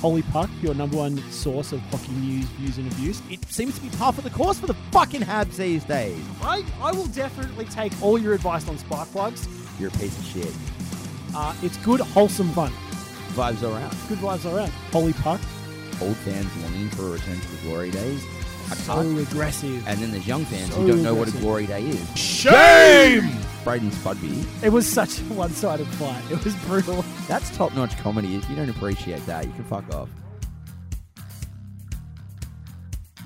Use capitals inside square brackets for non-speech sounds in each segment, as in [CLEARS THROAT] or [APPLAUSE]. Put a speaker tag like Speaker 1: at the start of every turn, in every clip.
Speaker 1: Holy Puck, your number one source of hockey news, views, and abuse. It seems to be par for the course for the fucking Habs these days. I, I will definitely take all your advice on spark plugs.
Speaker 2: You're a piece of shit.
Speaker 1: Uh, it's good, wholesome fun.
Speaker 2: Vibes around.
Speaker 1: Good vibes around. Holy Puck,
Speaker 2: Old fans longing for a return to the glory days. I
Speaker 1: so
Speaker 2: can't.
Speaker 1: aggressive.
Speaker 2: And then there's young fans
Speaker 1: So
Speaker 2: who don't know what a
Speaker 1: aggressive.
Speaker 2: glory day is.
Speaker 1: Shame!
Speaker 2: Braden Spudby.
Speaker 1: It was such a one-sided fight. It was brutal.
Speaker 2: That's top notch comedy. If you don't appreciate that, you can fuck off.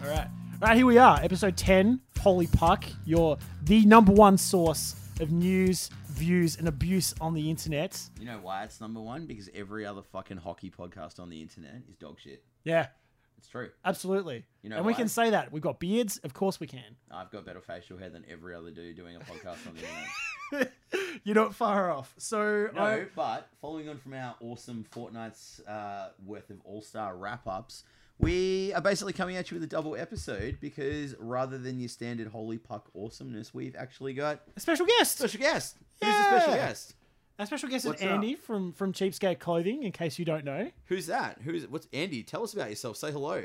Speaker 1: All right. All right, here we are. Episode 10, Holy Puck. You're the number one source of news, views, and abuse on the internet.
Speaker 3: You know why it's number one? Because every other fucking hockey podcast on the internet is dog shit.
Speaker 1: Yeah,
Speaker 3: It's true.
Speaker 1: absolutely.
Speaker 3: You know
Speaker 1: and we
Speaker 3: why?
Speaker 1: can say that. We've got beards. Of course we can.
Speaker 3: I've got better facial hair than every other dude doing a podcast on the internet.
Speaker 1: [LAUGHS] You're not far off. So,
Speaker 3: No,
Speaker 1: I-
Speaker 3: but following on from our awesome fortnight's uh, worth of all star wrap ups, we are basically coming at you with a double episode because rather than your standard holy puck awesomeness, we've actually got
Speaker 1: a special guest.
Speaker 3: special guest. Who's the special
Speaker 1: Yeah.
Speaker 3: guest?
Speaker 1: Our special guest
Speaker 3: What's
Speaker 1: is
Speaker 3: up?
Speaker 1: Andy from, from Cheapskate Clothing, in case you don't know. [LAUGHS]
Speaker 3: Who's that? Who's what's Andy? Tell us about yourself. Say hello.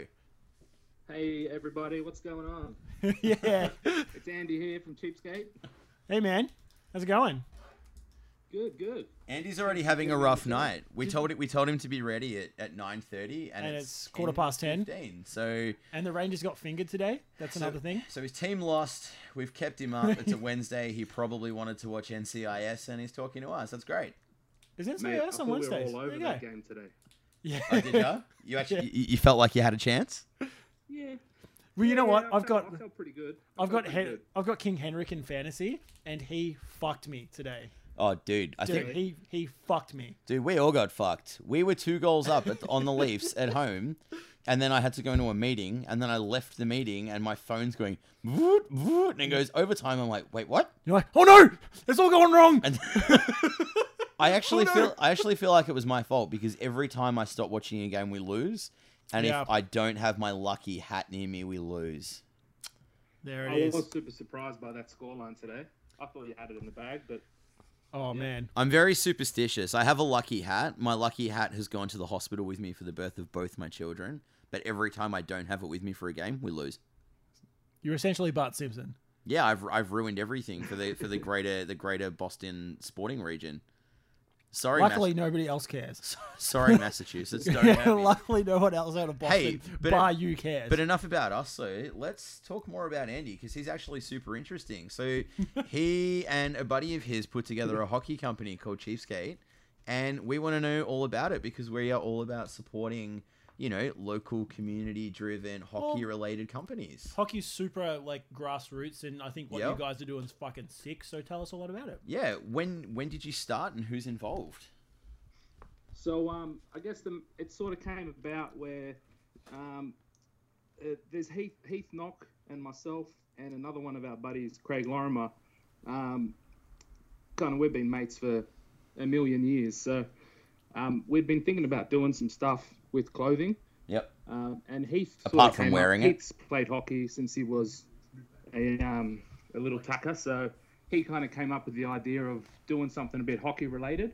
Speaker 4: Hey everybody, what's going on?
Speaker 1: yeah. [LAUGHS]
Speaker 4: It's Andy here from Cheapskate.
Speaker 1: Hey, man. How's it going?
Speaker 4: Good, good.
Speaker 3: [LAUGHS] Andy's already having a rough night. We told it. We told him to be ready at, at nine thirty, and,
Speaker 1: And
Speaker 3: it's
Speaker 1: it's quarter past 10.
Speaker 3: 15. So
Speaker 1: And the Rangers got fingered today. That's another thing.
Speaker 3: So his team lost. We've kept him up. It's a Wednesday. He probably wanted to watch NCIS, and he's talking to us. That's great.
Speaker 1: Is it
Speaker 4: Mate, I
Speaker 1: NCIS
Speaker 4: thought
Speaker 1: on
Speaker 4: we were
Speaker 1: Wednesdays?
Speaker 4: all
Speaker 1: There
Speaker 4: over
Speaker 1: you
Speaker 4: that
Speaker 1: go.
Speaker 4: game today.
Speaker 1: Yeah.
Speaker 3: Oh, did you? You actually you, you felt like you had a chance.
Speaker 1: [LAUGHS]
Speaker 4: Yeah.
Speaker 1: Well, you know
Speaker 4: Yeah,
Speaker 1: what?
Speaker 4: I
Speaker 1: I've
Speaker 4: felt-
Speaker 1: got
Speaker 4: I felt pretty good. I
Speaker 1: I've
Speaker 4: felt
Speaker 1: got
Speaker 4: pretty
Speaker 1: Hen-
Speaker 4: good.
Speaker 1: I've got King Henrik in fantasy, and he fucked me today.
Speaker 3: Oh, dude, I
Speaker 1: Dude,
Speaker 3: think
Speaker 1: he he fucked me.
Speaker 3: dude, we all got fucked. We were two goals up at, on the Leafs at home, and then I had to go into a meeting, and then I left the meeting, and my phone's going voot, voot, and it goes overtime. I'm like, wait, what?
Speaker 1: You're like, oh no, it's all going wrong. [LAUGHS]
Speaker 3: And [LAUGHS] I actually
Speaker 1: Oh, no.
Speaker 3: feel I actually feel like it was my fault because every time I stop watching a game, we lose, and
Speaker 1: Yeah.
Speaker 3: if I don't have my lucky hat near me, we lose.
Speaker 1: there
Speaker 4: I
Speaker 1: it is.
Speaker 4: was super surprised by that scoreline today. I thought you had it in the bag, but
Speaker 1: Oh man,
Speaker 3: I'm very superstitious. I have a lucky hat. My lucky hat has gone to the hospital with me for the birth of both my children. But every time I don't have it with me for a game, we lose.
Speaker 1: you're essentially Bart Simpson.
Speaker 3: Yeah, I've, I've ruined everything for the for the greater the greater Boston sporting region. Sorry, Mas-
Speaker 1: Luckily, nobody else cares.
Speaker 3: [LAUGHS] sorry
Speaker 1: [LAUGHS]
Speaker 3: Massachusetts. Don't
Speaker 1: Yeah,
Speaker 3: have me.
Speaker 1: luckily, no one else out of Boston,
Speaker 3: Hey, but it-
Speaker 1: bar you cares.
Speaker 3: But enough about us. So let's talk more about Andy because he's actually super interesting. So he and a buddy of his put together a hockey company called Cheapskate, and we want to know all about it because we are all about supporting, you know, local community-driven hockey-related companies.
Speaker 1: Hockey's super like grassroots, and I think what you
Speaker 3: Yep.
Speaker 1: guys are doing is fucking sick. So tell us a lot about it.
Speaker 3: Yeah. When when did you start and who's involved?
Speaker 4: So um, I guess the, it sort of came about where um, uh, there's Heath, Heath Knock and myself and another one of our buddies, Craig Lorimer. Um, kind of, we've been mates for a million years. So um, we've been thinking about doing some stuff with clothing.
Speaker 3: Yep.
Speaker 4: Um, and Heath sort
Speaker 3: Apart
Speaker 4: of
Speaker 3: from
Speaker 4: came
Speaker 3: wearing
Speaker 4: up.
Speaker 3: it.
Speaker 4: Heath's played hockey since he was a, um, a little tucker, so he kind of came up with the idea of doing something a bit hockey related.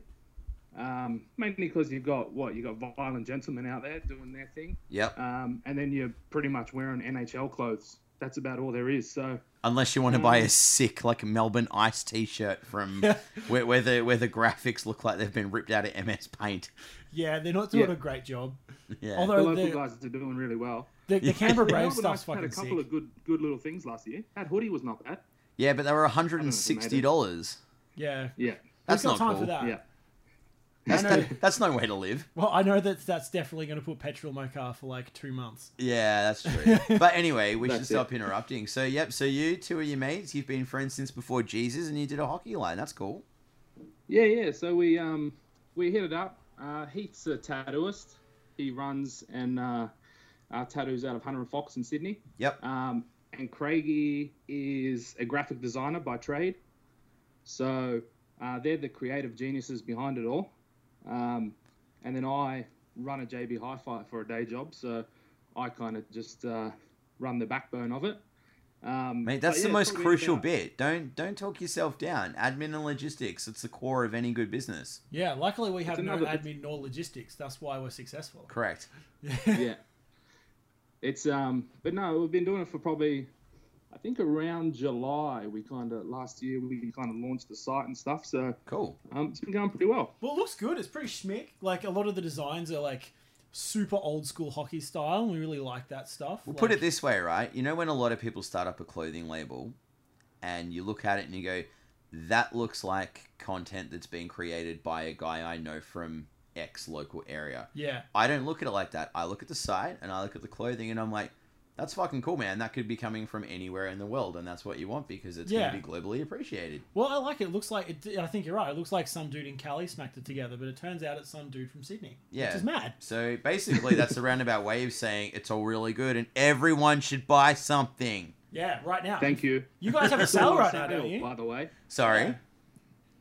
Speaker 4: Um, mainly because you've got what you got violent gentlemen out there doing their thing,
Speaker 3: Yep.
Speaker 4: um, and then you're pretty much wearing NHL clothes. That's about all there is. So
Speaker 3: Unless you want to buy a sick like Melbourne Ice T-shirt from where, where the where the graphics look like they've been ripped out of MS Paint.
Speaker 1: Yeah, they're not doing
Speaker 4: Yeah.
Speaker 1: a great job.
Speaker 3: Yeah.
Speaker 4: the
Speaker 1: Although
Speaker 4: local
Speaker 1: the,
Speaker 4: guys are doing really well.
Speaker 1: the, the
Speaker 3: [LAUGHS]
Speaker 1: Canberra Brave
Speaker 4: Melbourne
Speaker 1: stuff's
Speaker 4: Ice had a
Speaker 1: fucking
Speaker 4: couple
Speaker 1: sick.
Speaker 4: of good, good little things last year. That hoodie was not bad.
Speaker 3: Yeah, but they were
Speaker 4: made
Speaker 3: $160.
Speaker 1: Yeah,
Speaker 4: Yeah,
Speaker 3: That's
Speaker 1: Who's got
Speaker 3: not
Speaker 1: time
Speaker 3: cool.
Speaker 1: for that.
Speaker 4: yeah.
Speaker 3: That's,
Speaker 1: I know.
Speaker 3: that- that's no way to live.
Speaker 1: Well, I know that that's definitely going to put petrol in my car for like two months.
Speaker 3: Yeah,
Speaker 1: [LAUGHS]
Speaker 3: that's true. but anyway, we should
Speaker 4: That's
Speaker 3: stop interrupting. So, yep, so you, two of your mates, you've been friends since before Jesus and you did a hockey line. That's cool.
Speaker 4: Yeah, yeah. So we um we hit it up. Uh, Heath's a tattooist. He runs and uh, uh, tattoos out of Hunter and Fox in Sydney.
Speaker 3: Yep.
Speaker 4: Um, and Craigie is a graphic designer by trade. So uh, they're the creative geniuses behind it all. Um, and then I run a JB Hi Fi for a day job. So I kind of just uh, run the backbone of it. Um,
Speaker 3: Mate,
Speaker 4: but
Speaker 3: that's
Speaker 4: yeah,
Speaker 3: the
Speaker 4: it's
Speaker 3: most
Speaker 4: probably
Speaker 3: crucial
Speaker 4: about-
Speaker 3: bit. Don't don't talk yourself down. Admin and logistics, it's the core of any good business.
Speaker 1: Yeah, luckily we have no
Speaker 4: another-
Speaker 1: admin nor logistics. That's why we're successful. [LAUGHS]
Speaker 3: Correct.
Speaker 4: yeah. It's um, but no, we've been doing it for probably, I think around July. We kind of last year we kind of launched the site and stuff. So
Speaker 3: Cool.
Speaker 4: um, it's been going pretty well.
Speaker 1: Well, it looks good. It's pretty schmick. Like a lot of the designs are like super old school hockey style, and we really like that stuff.
Speaker 3: We'll put it this way, right? You know when a lot of people start up a clothing label and you look at it and you go, that looks like content that's being created by a guy I know from X local area.
Speaker 1: Yeah,
Speaker 3: I don't look at it like that. I look at the site and I look at the clothing and I'm like, that's fucking cool, man. That could be coming from anywhere in the world and that's what you want because it's
Speaker 1: Yeah.
Speaker 3: going to be globally appreciated.
Speaker 1: well, I like it. It looks like it, I think you're right. It looks like some dude in Cali smacked it together, but it turns out it's some dude from Sydney.
Speaker 3: Yeah.
Speaker 1: which is mad.
Speaker 3: So basically, that's a [LAUGHS] roundabout way of saying it's all really good and everyone should buy something.
Speaker 1: Yeah, right now.
Speaker 4: Thank you.
Speaker 1: You guys
Speaker 4: [LAUGHS]
Speaker 1: have a
Speaker 4: It's all
Speaker 1: sale
Speaker 4: on
Speaker 1: right now, don't
Speaker 4: sale,
Speaker 1: you?
Speaker 4: By the way,
Speaker 3: Sorry.
Speaker 1: Yeah.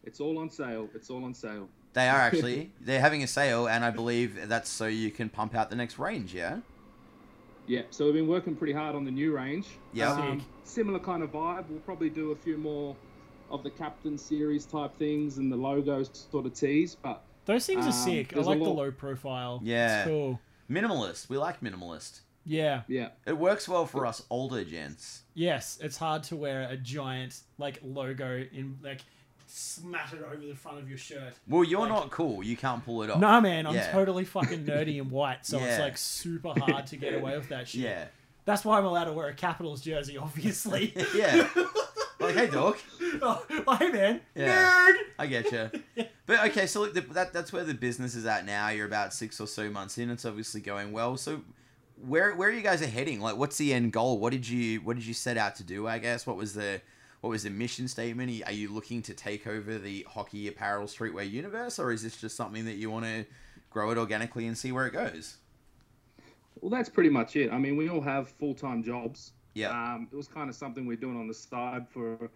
Speaker 4: it's all on sale. It's all on sale.
Speaker 3: They are actually. They're having a sale, and I believe that's so you can pump out the next range, yeah?
Speaker 4: Yeah. So we've been working pretty hard on the new range.
Speaker 3: Yeah.
Speaker 4: Um,
Speaker 1: Sick.
Speaker 4: similar kind of vibe. We'll probably do a few more of the captain series type things and the logos sort of tees, but
Speaker 1: Those things are
Speaker 4: Um,
Speaker 1: sick. I
Speaker 4: there's a
Speaker 1: like the
Speaker 4: lot-
Speaker 1: low profile.
Speaker 3: Yeah.
Speaker 1: it's cool.
Speaker 3: Minimalist. We like minimalist.
Speaker 1: Yeah.
Speaker 4: yeah.
Speaker 3: It works well for us older gents.
Speaker 1: Yes, it's hard to wear a giant like logo in like smattered over the front of your shirt.
Speaker 3: Well, you're
Speaker 1: Like-
Speaker 3: not cool. You can't pull it off.
Speaker 1: Nah, man, I'm
Speaker 3: Oh, Yeah.
Speaker 1: totally
Speaker 3: [LAUGHS]
Speaker 1: fucking nerdy and white, so
Speaker 3: Yeah.
Speaker 1: it's like super hard to get away with that shit.
Speaker 3: [LAUGHS] Yeah.
Speaker 1: That's why I'm allowed to wear a Capitals jersey, obviously.
Speaker 3: [LAUGHS]
Speaker 1: [LAUGHS]
Speaker 3: Yeah. Like, hey, dog.
Speaker 1: oh, hey, man,
Speaker 3: Yeah.
Speaker 1: nerd.
Speaker 3: I get you. But okay, so look, the, that that's where the business is at now. You're about six or so months in. It's obviously going well. So, where where are you guys are heading? Like, what's the end goal? What did you what did you set out to do? I guess what was the what was the mission statement? Are you- Are you looking to take over the hockey apparel streetwear universe, or is this just something that you want to grow it organically and see where it goes?
Speaker 4: Well, that's pretty much it. I mean, we all have full time jobs.
Speaker 1: Uh,
Speaker 3: Yeah,
Speaker 4: Um, it was kind of something we're doing on the side for,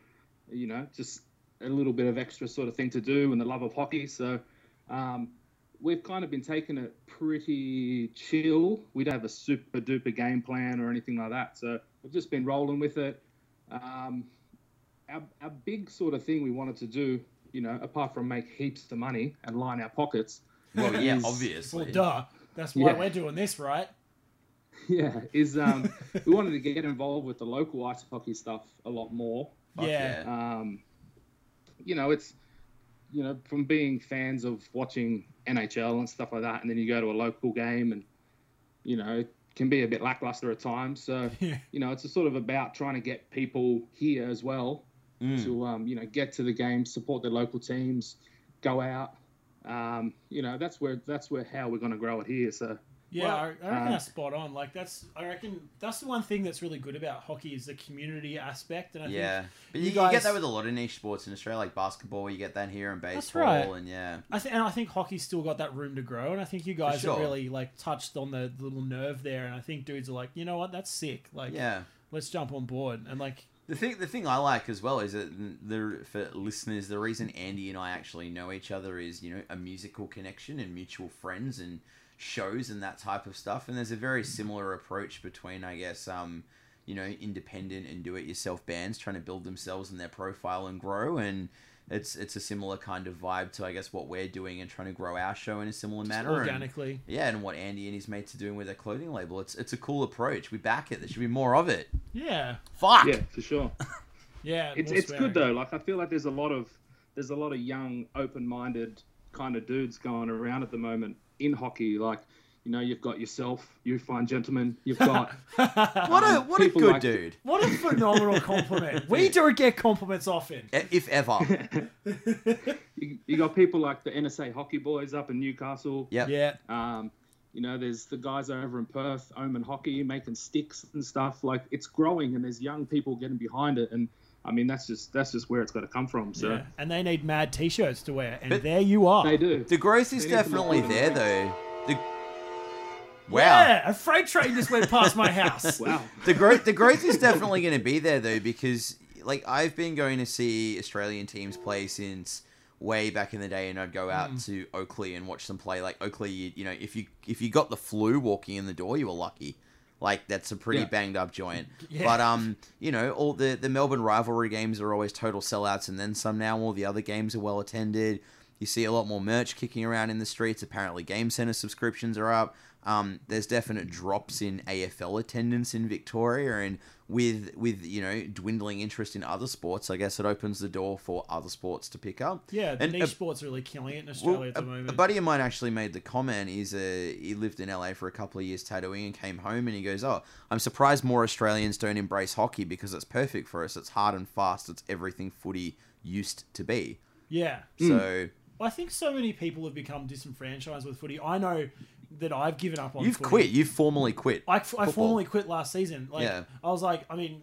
Speaker 4: you know, just a little bit of extra sort of thing to do and the love of hockey. So um, we've kind of been taking it pretty chill. We don't have a super duper game plan or anything like that. So we've just been rolling with it. Um, our, our big sort of thing we wanted to do, you know, apart from make heaps of money and line our pockets, [LAUGHS]
Speaker 3: well, yeah,
Speaker 4: is-
Speaker 1: Well,
Speaker 3: obviously.
Speaker 1: duh. That's why
Speaker 4: Yeah.
Speaker 1: we're doing this, right?
Speaker 4: yeah, is um, we wanted to get involved with the local ice hockey stuff a lot more.
Speaker 3: Fuck
Speaker 1: yeah.
Speaker 4: um, you know, it's you know from being fans of watching NHL and stuff like that, and then you go to a local game, and you know it can be a bit lackluster at times. So
Speaker 1: Yeah.
Speaker 4: you know, it's a sort of about trying to get people here as well
Speaker 3: Mm.
Speaker 4: to um, you know get to the game, support their local teams, go out. Um, you know, that's where that's where how we're going to grow it here. So
Speaker 1: [LAUGHS] Yeah,
Speaker 4: Well,
Speaker 1: I, I reckon
Speaker 4: um,
Speaker 1: that's spot on. Like that's, I reckon that's the one thing that's really good about hockey is the community aspect, and I think
Speaker 3: Yeah, but
Speaker 1: you
Speaker 3: you, you
Speaker 1: guys-
Speaker 3: get that with a lot of niche sports in Australia, like basketball. You get that here in baseball,
Speaker 1: That's right.
Speaker 3: and yeah,
Speaker 1: I th- and I think hockey's still got that room to grow, and I think you guys
Speaker 3: sure.
Speaker 1: have really like touched on the little nerve there, and I think dudes are like, you know what, that's sick. Like,
Speaker 3: yeah.
Speaker 1: let's jump on board, and like,
Speaker 3: The thing, the thing I like as well is that the for listeners, the reason Andy and I actually know each other is you know a musical connection and mutual friends and shows and that type of stuff. And there's a very similar approach between, I guess, um, you know, independent and do-it-yourself bands trying to build themselves and their profile and grow. And it's it's a similar kind of vibe to I guess what we're doing and trying to grow our show in a similar
Speaker 1: just
Speaker 3: manner. and-
Speaker 1: organically.
Speaker 3: yeah, and what Andy and his mates are doing with their clothing label. It's it's a cool approach. We back it. There should be more of it.
Speaker 1: Yeah,
Speaker 3: Fuck.
Speaker 4: yeah, for sure.
Speaker 1: yeah.
Speaker 4: it's
Speaker 1: more
Speaker 4: it's good
Speaker 1: swearing.
Speaker 4: though. Like I feel like there's a lot of there's a lot of young, open-minded kind of dudes going around at the moment in hockey. Like, you know, you've got yourself, you fine gentlemen. You've
Speaker 1: [LAUGHS]
Speaker 4: got
Speaker 3: What a
Speaker 4: Um,
Speaker 3: what a
Speaker 4: people
Speaker 3: good
Speaker 4: like to-
Speaker 3: dude.
Speaker 1: What a phenomenal compliment. [LAUGHS] We don't get compliments often.
Speaker 3: E- If ever.
Speaker 4: [LAUGHS] you, you got people like the NSA hockey boys up in Newcastle.
Speaker 3: Yep.
Speaker 1: Yeah,
Speaker 4: Um, you know, there's the guys over in Perth, Omen Hockey, making sticks and stuff. Like it's growing, and there's young people getting behind it. And I mean, that's just that's just where it's got to come from. So
Speaker 1: yeah. And they need mad t-shirts to wear, and
Speaker 3: But-
Speaker 1: there you are.
Speaker 4: they do.
Speaker 3: The growth is
Speaker 4: They need some
Speaker 3: definitely there
Speaker 4: improvement.
Speaker 3: though. The Wow.
Speaker 1: Yeah, a freight train just went past my house. [LAUGHS]
Speaker 4: [LAUGHS] Wow.
Speaker 3: The growth the growth is definitely gonna be there though, because like I've been going to see Australian teams play since way back in the day and I'd go out
Speaker 4: Mm.
Speaker 3: to Oakley and watch them play. Like Oakley, you, you know, if you if you got the flu walking in the door, you were lucky. Like that's a pretty
Speaker 4: Yeah.
Speaker 3: banged up joint.
Speaker 1: [LAUGHS] Yeah.
Speaker 3: But um, you know, all the the Melbourne rivalry games are always total sellouts, and then some. Now all the other games are well attended. You see a lot more merch kicking around in the streets. Apparently, game center subscriptions are up. Um, there's definite drops in AFL attendance in Victoria, and with with you know dwindling interest in other sports, I guess it opens the door for other sports to pick up.
Speaker 1: Yeah, the
Speaker 3: And
Speaker 1: niche
Speaker 3: a-
Speaker 1: sports are really killing it in Australia
Speaker 3: well, uh,
Speaker 1: at the
Speaker 3: a-
Speaker 1: moment.
Speaker 3: A buddy of mine actually made the comment. He's a he lived in LA for a couple of years tattooing and came home and he goes, "Oh, I'm surprised more Australians don't embrace hockey because it's perfect for us. It's hard and fast. It's everything footy used to be."
Speaker 1: yeah.
Speaker 3: So
Speaker 1: I think so many people have become disenfranchised with footy. I know that I've given up on
Speaker 3: you've
Speaker 1: footy.
Speaker 3: quit. You've formally quit.
Speaker 1: I, I formally
Speaker 3: football.
Speaker 1: quit last season. Like
Speaker 3: Yeah.
Speaker 1: I was like, I mean,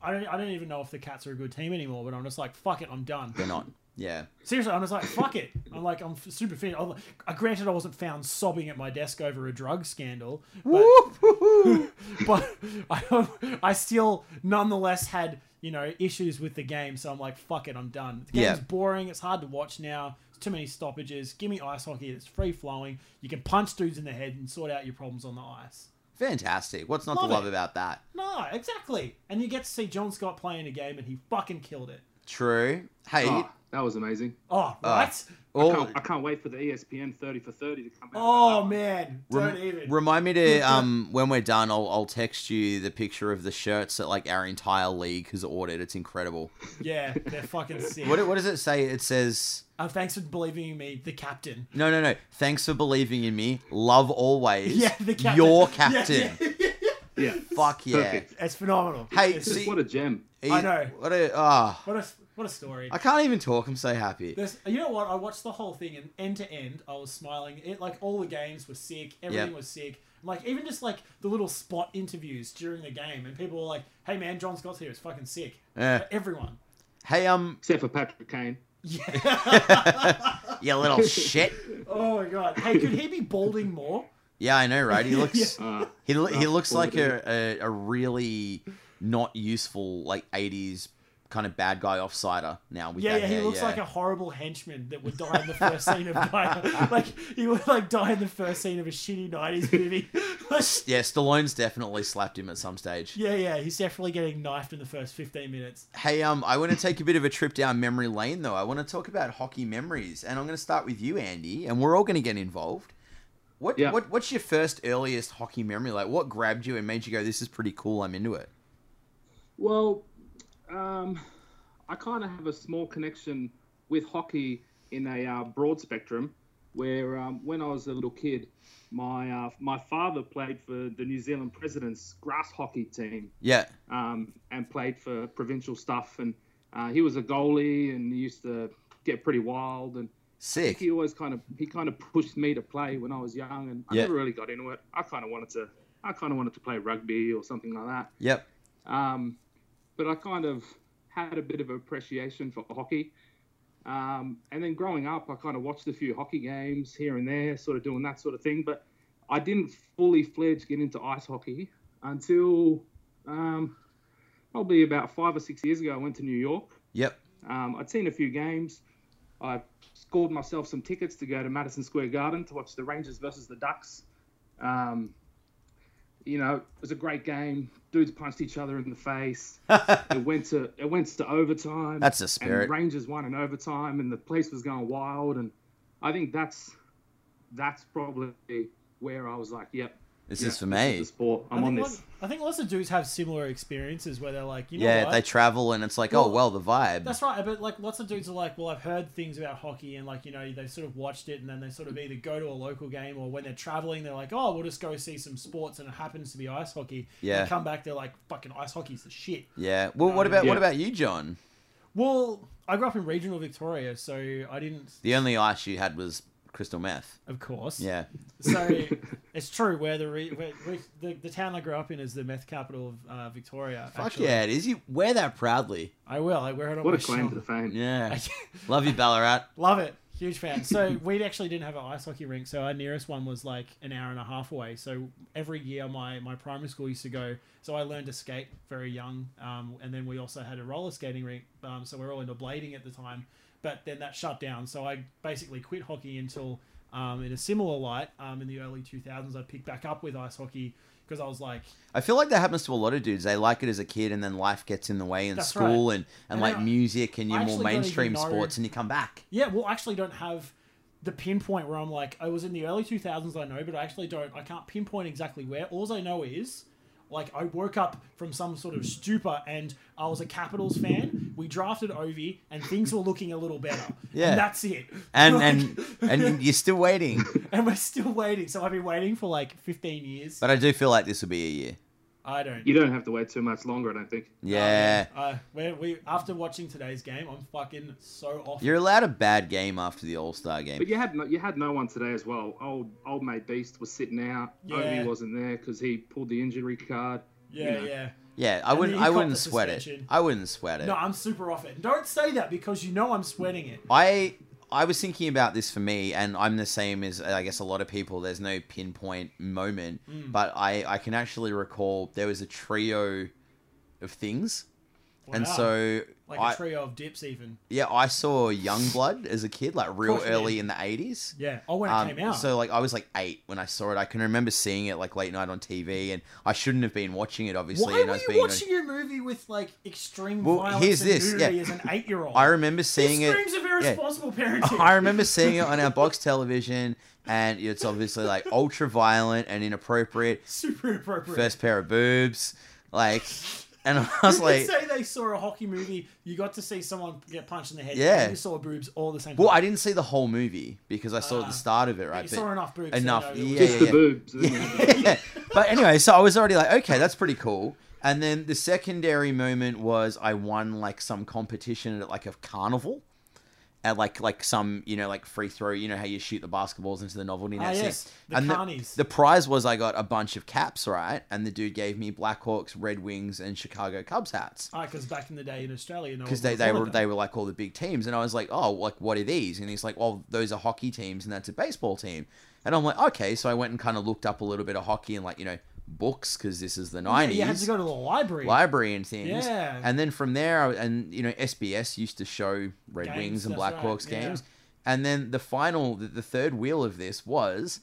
Speaker 1: I don't, I don't even know if the Cats are a good team anymore. But I'm just like, fuck it, I'm done.
Speaker 3: They're not. Yeah.
Speaker 1: Seriously, I'm just like, fuck it. I'm like, I'm f- super fin. I'm like- I granted I wasn't found sobbing at my desk over a drug scandal, but, [LAUGHS] but I, um, I still nonetheless had you know issues with the game. So I'm like, fuck it, I'm done. The game's
Speaker 3: Yeah.
Speaker 1: boring. It's hard to watch now. It's too many stoppages. Give me ice hockey. It's free flowing. You can punch dudes in the head and sort out your problems on the ice.
Speaker 3: Fantastic. What's not
Speaker 1: Love
Speaker 3: to love
Speaker 1: it.
Speaker 3: about that?
Speaker 1: No, exactly. And you get to see John Scott playing a game, and he fucking killed it.
Speaker 3: True. Hey.
Speaker 4: Oh, that was amazing.
Speaker 1: Oh,
Speaker 3: uh,
Speaker 1: right.
Speaker 3: all-
Speaker 4: I, can't, I can't wait for the E ESPN 30 for 30 to come out.
Speaker 1: oh man,
Speaker 3: Rem-
Speaker 1: don't even.
Speaker 3: Remind me to um when we're done, I'll I'll text you the picture of the shirts that like our entire league has ordered. It's incredible.
Speaker 1: yeah, they're fucking sick.
Speaker 3: What what does it say? It says
Speaker 1: Uh, thanks for believing in me, the captain.
Speaker 3: no no no. Thanks for believing in me. Love always.
Speaker 1: [LAUGHS] Yeah, the captain.
Speaker 3: Your
Speaker 1: Yeah,
Speaker 3: captain.
Speaker 1: yeah, [LAUGHS]
Speaker 4: Yeah.
Speaker 3: Fuck yeah.
Speaker 4: Perfect.
Speaker 1: It's phenomenal.
Speaker 3: Hey,
Speaker 1: It's-
Speaker 3: see-
Speaker 4: What a gem.
Speaker 3: He-
Speaker 1: I know.
Speaker 3: What a ah.
Speaker 1: what a what a story.
Speaker 3: I can't even talk. I'm so happy.
Speaker 1: There's, you know what? I watched the whole thing and end to end, I was smiling. It like all the games were sick. Everything
Speaker 3: Yep.
Speaker 1: was sick. Like even just like the little spot interviews during the game, and people were like, "Hey man, John Scott's here. It's fucking sick."
Speaker 3: Yeah.
Speaker 1: Everyone. [LAUGHS]
Speaker 3: Uh, Hey um,
Speaker 4: Except for Patrick Kane.
Speaker 1: Yeah.
Speaker 3: you
Speaker 1: [LAUGHS]
Speaker 3: little shit.
Speaker 1: oh my god. Hey, could he be balding more?
Speaker 3: Yeah, I know, right? He looks.
Speaker 4: Uh,
Speaker 3: He, lo- he
Speaker 4: Oh,
Speaker 3: looks
Speaker 4: well,
Speaker 3: like
Speaker 4: it-
Speaker 3: a, a, a really not useful like 80s kind of bad guy offsider now with
Speaker 1: Yeah,
Speaker 3: that
Speaker 1: yeah, he
Speaker 3: hair,
Speaker 1: looks
Speaker 3: yeah.
Speaker 1: like a horrible henchman that would die in the first scene of
Speaker 3: [LAUGHS]
Speaker 1: like he would like die in the first scene of a shitty nineties movie. [LAUGHS]
Speaker 3: yeah Stallone's definitely slapped him at some stage
Speaker 1: yeah, yeah, he's definitely getting knifed in the first fifteen minutes.
Speaker 3: hey um I want to take a bit of a trip down memory lane though I want to talk about hockey memories and I'm going to start with you Andy and we're all going to get involved what,
Speaker 4: Yeah.
Speaker 3: what what's your first earliest hockey memory like what grabbed you and made you go this is pretty cool I'm into it
Speaker 4: [LAUGHS] Well, um, I kind of have a small connection with hockey in a uh, broad spectrum, where um, when I was a little kid, my uh, my father played for the New Zealand President's grass hockey team
Speaker 3: yeah
Speaker 4: um, and played for provincial stuff, and uh, he was a goalie and he used to get pretty wild and
Speaker 3: sick
Speaker 4: he always kind of he kind of pushed me to play when I was young and I
Speaker 3: Yeah.
Speaker 4: never really got into it. I kind of wanted to I kind of wanted to play rugby or something like that.
Speaker 3: yep
Speaker 4: Um, but I kind of had a bit of appreciation for hockey. Um, and then growing up, I kind of watched a few hockey games here and there, sort of doing that sort of thing. But I didn't fully fledged get into ice hockey until um, probably about five or six years ago. I went to New York.
Speaker 3: yep [LAUGHS]
Speaker 4: Um, I'd seen a few games. I scored myself some tickets to go to Madison Square Garden to watch the Rangers versus the Ducks. Um, you know, it was a great game. Dudes punched each other in
Speaker 3: [LAUGHS]
Speaker 4: the face. it went to it went to overtime.
Speaker 3: That's the
Speaker 4: and
Speaker 3: spirit.
Speaker 4: Rangers won in overtime, and the place was going wild. And I think that's that's probably where I was like, "Yep,
Speaker 3: this
Speaker 4: yeah,
Speaker 3: is for me
Speaker 4: the sport. I'm
Speaker 1: I
Speaker 4: on
Speaker 1: think
Speaker 4: this."
Speaker 1: lots- I think lots of dudes have similar experiences where they're like, you know
Speaker 3: yeah
Speaker 1: what?
Speaker 3: they travel and it's like oh
Speaker 1: Well,
Speaker 3: well the vibe
Speaker 1: That's right, but like lots of dudes are like, well, I've heard things about hockey, and like you know they've sort of watched it, and then they sort of either go to a local game or when they're traveling, they're like, oh, we'll just go see some sports, and it happens to be ice hockey.
Speaker 3: Yeah.
Speaker 1: They come back, they're like, fucking ice hockey's the shit.
Speaker 3: Yeah. Well, what about what
Speaker 4: Yeah.
Speaker 3: about you, John?
Speaker 1: Well, I grew up in regional Victoria, so I didn't,
Speaker 3: The only ice you had was crystal meth.
Speaker 1: of course.
Speaker 3: Yeah.
Speaker 4: [LAUGHS]
Speaker 1: So it's true. Where the re- where, where the, the town I grew up in is the meth capital of uh, Victoria.
Speaker 3: Fuck
Speaker 1: actually.
Speaker 3: yeah, it is. You wear that proudly.
Speaker 1: I will. I wear it on
Speaker 4: What
Speaker 1: my
Speaker 4: a claim to the
Speaker 1: shoulder.
Speaker 4: fame!
Speaker 1: [LAUGHS]
Speaker 3: Yeah. Love you, Ballarat.
Speaker 1: Love it. Huge fan. So we actually didn't have an ice hockey rink, so our nearest one was like an hour and a half away. So every year my, my primary school used to go. So I learned to skate very young, um, and then we also had a roller skating rink. Um, so we are all into blading at the time. but then that shut down. So I basically quit hockey until, um, in a similar light, um, in the early 2000s, I picked back up with ice hockey because I was like,
Speaker 3: I feel like that happens to a lot of dudes. They like it as a kid, and then life gets in the way in
Speaker 1: That's
Speaker 3: school and, and,
Speaker 1: And
Speaker 3: like
Speaker 1: I-
Speaker 3: music and your
Speaker 1: I
Speaker 3: more
Speaker 1: actually don't even
Speaker 3: mainstream
Speaker 1: know-
Speaker 3: sports, and you come
Speaker 1: [LAUGHS]
Speaker 3: back.
Speaker 1: yeah, well, I actually don't have the pinpoint where I'm like, I was in the early 2000s, I know, but I actually don't, I can't pinpoint exactly where. All I know is, like, I woke up from some sort of stupor and I was a Capitals fan. We drafted Ovi and things were looking a little better.
Speaker 3: Yeah.
Speaker 1: And that's it.
Speaker 3: And
Speaker 1: Like-
Speaker 3: and and you're still waiting.
Speaker 1: [LAUGHS] and we're still waiting. So I've been waiting for like 15 years.
Speaker 3: But I do feel like this will be a
Speaker 1: Oh,
Speaker 3: year.
Speaker 1: I don't.
Speaker 4: You don't have to wait too much longer, I don't think.
Speaker 3: Yeah,
Speaker 1: Uh, we we after watching today's game, I'm fucking so off.
Speaker 3: you're allowed a bad game after the All Star game.
Speaker 4: But you had no, you had no one today as well. Old old mate Beast was sitting out.
Speaker 1: Yeah.
Speaker 4: Obi wasn't there because he pulled the injury card.
Speaker 1: yeah,
Speaker 4: you know.
Speaker 1: yeah.
Speaker 3: Yeah, I
Speaker 1: And
Speaker 3: wouldn't.
Speaker 1: then you
Speaker 3: I
Speaker 1: got
Speaker 3: wouldn't
Speaker 1: the
Speaker 3: sweat it.
Speaker 1: suspension.
Speaker 3: I wouldn't sweat it.
Speaker 1: No, I'm super off it. Don't say that because you know I'm sweating it.
Speaker 3: I I was thinking about this for me, and I'm the same as I guess a lot of people. There's no pinpoint moment,
Speaker 1: Mm.
Speaker 3: but I I can actually recall there was a trio of things, and
Speaker 1: Wow.
Speaker 3: so
Speaker 1: like
Speaker 3: I,
Speaker 1: a trio of dips, even.
Speaker 3: yeah, I saw Youngblood as a kid, like real
Speaker 1: course you
Speaker 3: early
Speaker 1: did.
Speaker 3: in the '80s.
Speaker 1: Yeah. Oh, when it
Speaker 3: Um,
Speaker 1: came out.
Speaker 3: So like I was like eight when I saw it. I can remember seeing it like late night on TV, and I shouldn't have been watching it obviously.
Speaker 1: why
Speaker 3: and
Speaker 1: were
Speaker 3: I was
Speaker 1: you
Speaker 3: being
Speaker 1: watching a movie with like extreme
Speaker 3: Well,
Speaker 1: violence
Speaker 3: here's
Speaker 1: and
Speaker 3: this, yeah.
Speaker 1: nudity as an eight-year-old?
Speaker 3: [LAUGHS] I remember seeing
Speaker 1: this
Speaker 3: it. [LAUGHS]
Speaker 1: screams of
Speaker 3: yeah.
Speaker 1: irresponsible parenting.
Speaker 3: [LAUGHS] I remember seeing it on our box television, and it's obviously like ultra violent and inappropriate.
Speaker 1: [LAUGHS] super appropriate. [LAUGHS]
Speaker 3: First pair of boobs, like, and I
Speaker 1: You
Speaker 3: was
Speaker 1: could
Speaker 3: like,
Speaker 1: say they saw a hockey movie. You got to see someone get punched in the head.
Speaker 3: Yeah.
Speaker 1: and you saw boobs all the same.
Speaker 3: well,
Speaker 1: time.
Speaker 3: I didn't see the whole movie because I saw
Speaker 1: Ah.
Speaker 3: the start of it,
Speaker 1: But
Speaker 3: right?
Speaker 1: you saw
Speaker 3: But-
Speaker 1: enough boobs. so you
Speaker 3: enough,
Speaker 1: know it was-
Speaker 3: yeah.
Speaker 4: Just the boobs. then you had the-
Speaker 3: yeah. [LAUGHS] But anyway, so I was already like, okay, that's pretty cool. And then the secondary moment was I won like some competition at like a carnival. At like like some you know like free throw you know how you shoot the basketballs into the novelty
Speaker 1: Ah,
Speaker 3: nets thing.
Speaker 1: yes, the
Speaker 3: and
Speaker 1: carnies.
Speaker 3: The, the prize was I got a bunch of caps right and the dude gave me Blackhawks Red Wings and Chicago Cubs hats
Speaker 1: because Ah, back in the day in Australia, no
Speaker 3: because
Speaker 1: one
Speaker 3: they, they
Speaker 1: thought
Speaker 3: were
Speaker 1: of
Speaker 3: they
Speaker 1: that.
Speaker 3: were like all the big teams, and I was like, oh, like what are these? And he's like, well, those are hockey teams, and that's a baseball team. And I'm like, okay, so I went and kind of looked up a little bit of hockey and like you know books because this is the
Speaker 1: Yeah, you had
Speaker 3: nineties
Speaker 1: to go to the library.
Speaker 3: library and things.
Speaker 1: Yeah.
Speaker 3: And then from there, I, and you know SBS used to show Red
Speaker 1: Games,
Speaker 3: Wings and
Speaker 1: that's
Speaker 3: Blackhawks
Speaker 1: right,
Speaker 3: Hawks
Speaker 1: yeah.
Speaker 3: games, and then the final, the, the third wheel of this was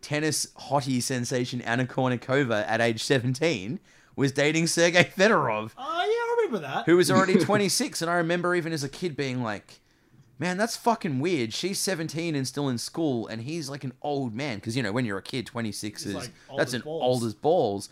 Speaker 3: tennis hottie sensation Anna Kournikova at age seventeen was dating Sergei Fedorov
Speaker 1: Oh yeah, I remember that.
Speaker 3: who
Speaker 1: [LAUGHS]
Speaker 3: was already 26 and i remember even as a kid being like man that's fucking weird she's 17 and still in school and he's like an old man because you know when you're a kid 26
Speaker 1: He's
Speaker 3: is
Speaker 1: like old
Speaker 3: that's
Speaker 1: as
Speaker 3: an
Speaker 1: balls.
Speaker 3: old as balls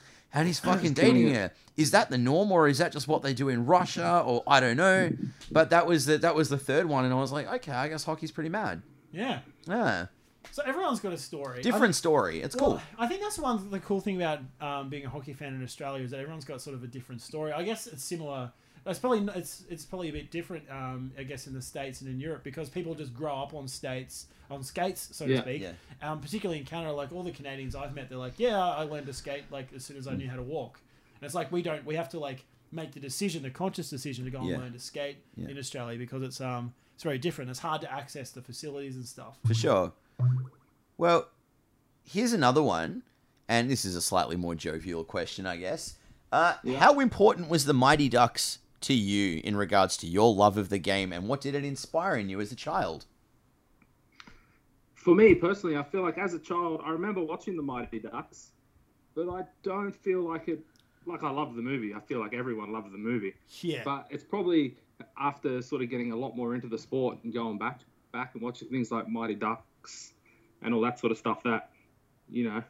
Speaker 1: [CLEARS THROAT]
Speaker 3: and he's fucking dating her is that the norm or is that just what they do in russia or i don't know but that was the that was the third one and i was like okay i guess hockey's pretty mad
Speaker 1: Yeah.
Speaker 3: yeah
Speaker 1: So everyone's got a story.
Speaker 3: different story it's
Speaker 1: I, well,
Speaker 3: cool
Speaker 1: I think that's one the cool thing about um, being a hockey fan in Australia is that everyone's got sort of a different story. I guess it's similar. It's probably n- it's it's probably a bit different. Um, I guess in the states and in Europe because people just grow up on states on skates, so
Speaker 4: Yeah.
Speaker 1: to speak.
Speaker 3: Yeah.
Speaker 1: Um, particularly in Canada, like all the Canadians I've met, they're like, yeah, I learned to skate like as soon as I knew how to walk. And it's like we don't we have to like make the decision, the conscious decision to go and
Speaker 3: Yeah.
Speaker 1: learn to skate
Speaker 3: Yeah.
Speaker 1: in Australia because it's um it's very different. It's hard to access the facilities and stuff.
Speaker 3: for sure. Well, here's another one, and this is a slightly more jovial question, I guess. Uh, How important was the Mighty Ducks to you in regards to your love of the game, and what did it inspire in you as a child?
Speaker 4: For me personally, I feel like as a child, I remember watching the Mighty Ducks, but I don't feel like it. Like I love the movie. I feel like everyone loved the movie.
Speaker 1: Yeah.
Speaker 4: But it's probably after sort of getting a lot more into the sport and going back back and watching things like Mighty Ducks and all that sort of stuff that you know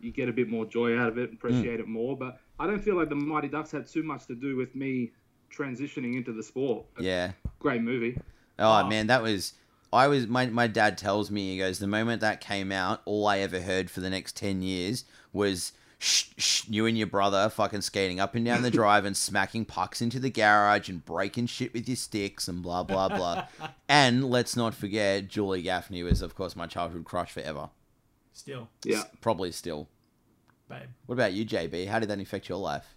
Speaker 4: you get a bit more joy out of it, appreciate it more. But I don't feel like the Mighty Ducks had too much to do with me transitioning into the sport.
Speaker 3: Yeah.
Speaker 4: Great movie.
Speaker 3: Oh, man, that was. I was my, my dad tells me he goes the moment that came out all I ever heard for the next ten years was shh, shh, you and your brother fucking skating up and
Speaker 1: [LAUGHS]
Speaker 3: down the drive and smacking pucks into the garage and breaking shit with your sticks and blah
Speaker 1: [LAUGHS]
Speaker 3: blah blah and let's not forget Julie Gaffney was of course my childhood crush forever
Speaker 1: Still,
Speaker 4: Yeah.
Speaker 3: probably still
Speaker 1: babe.
Speaker 3: what about you JB how did that affect your life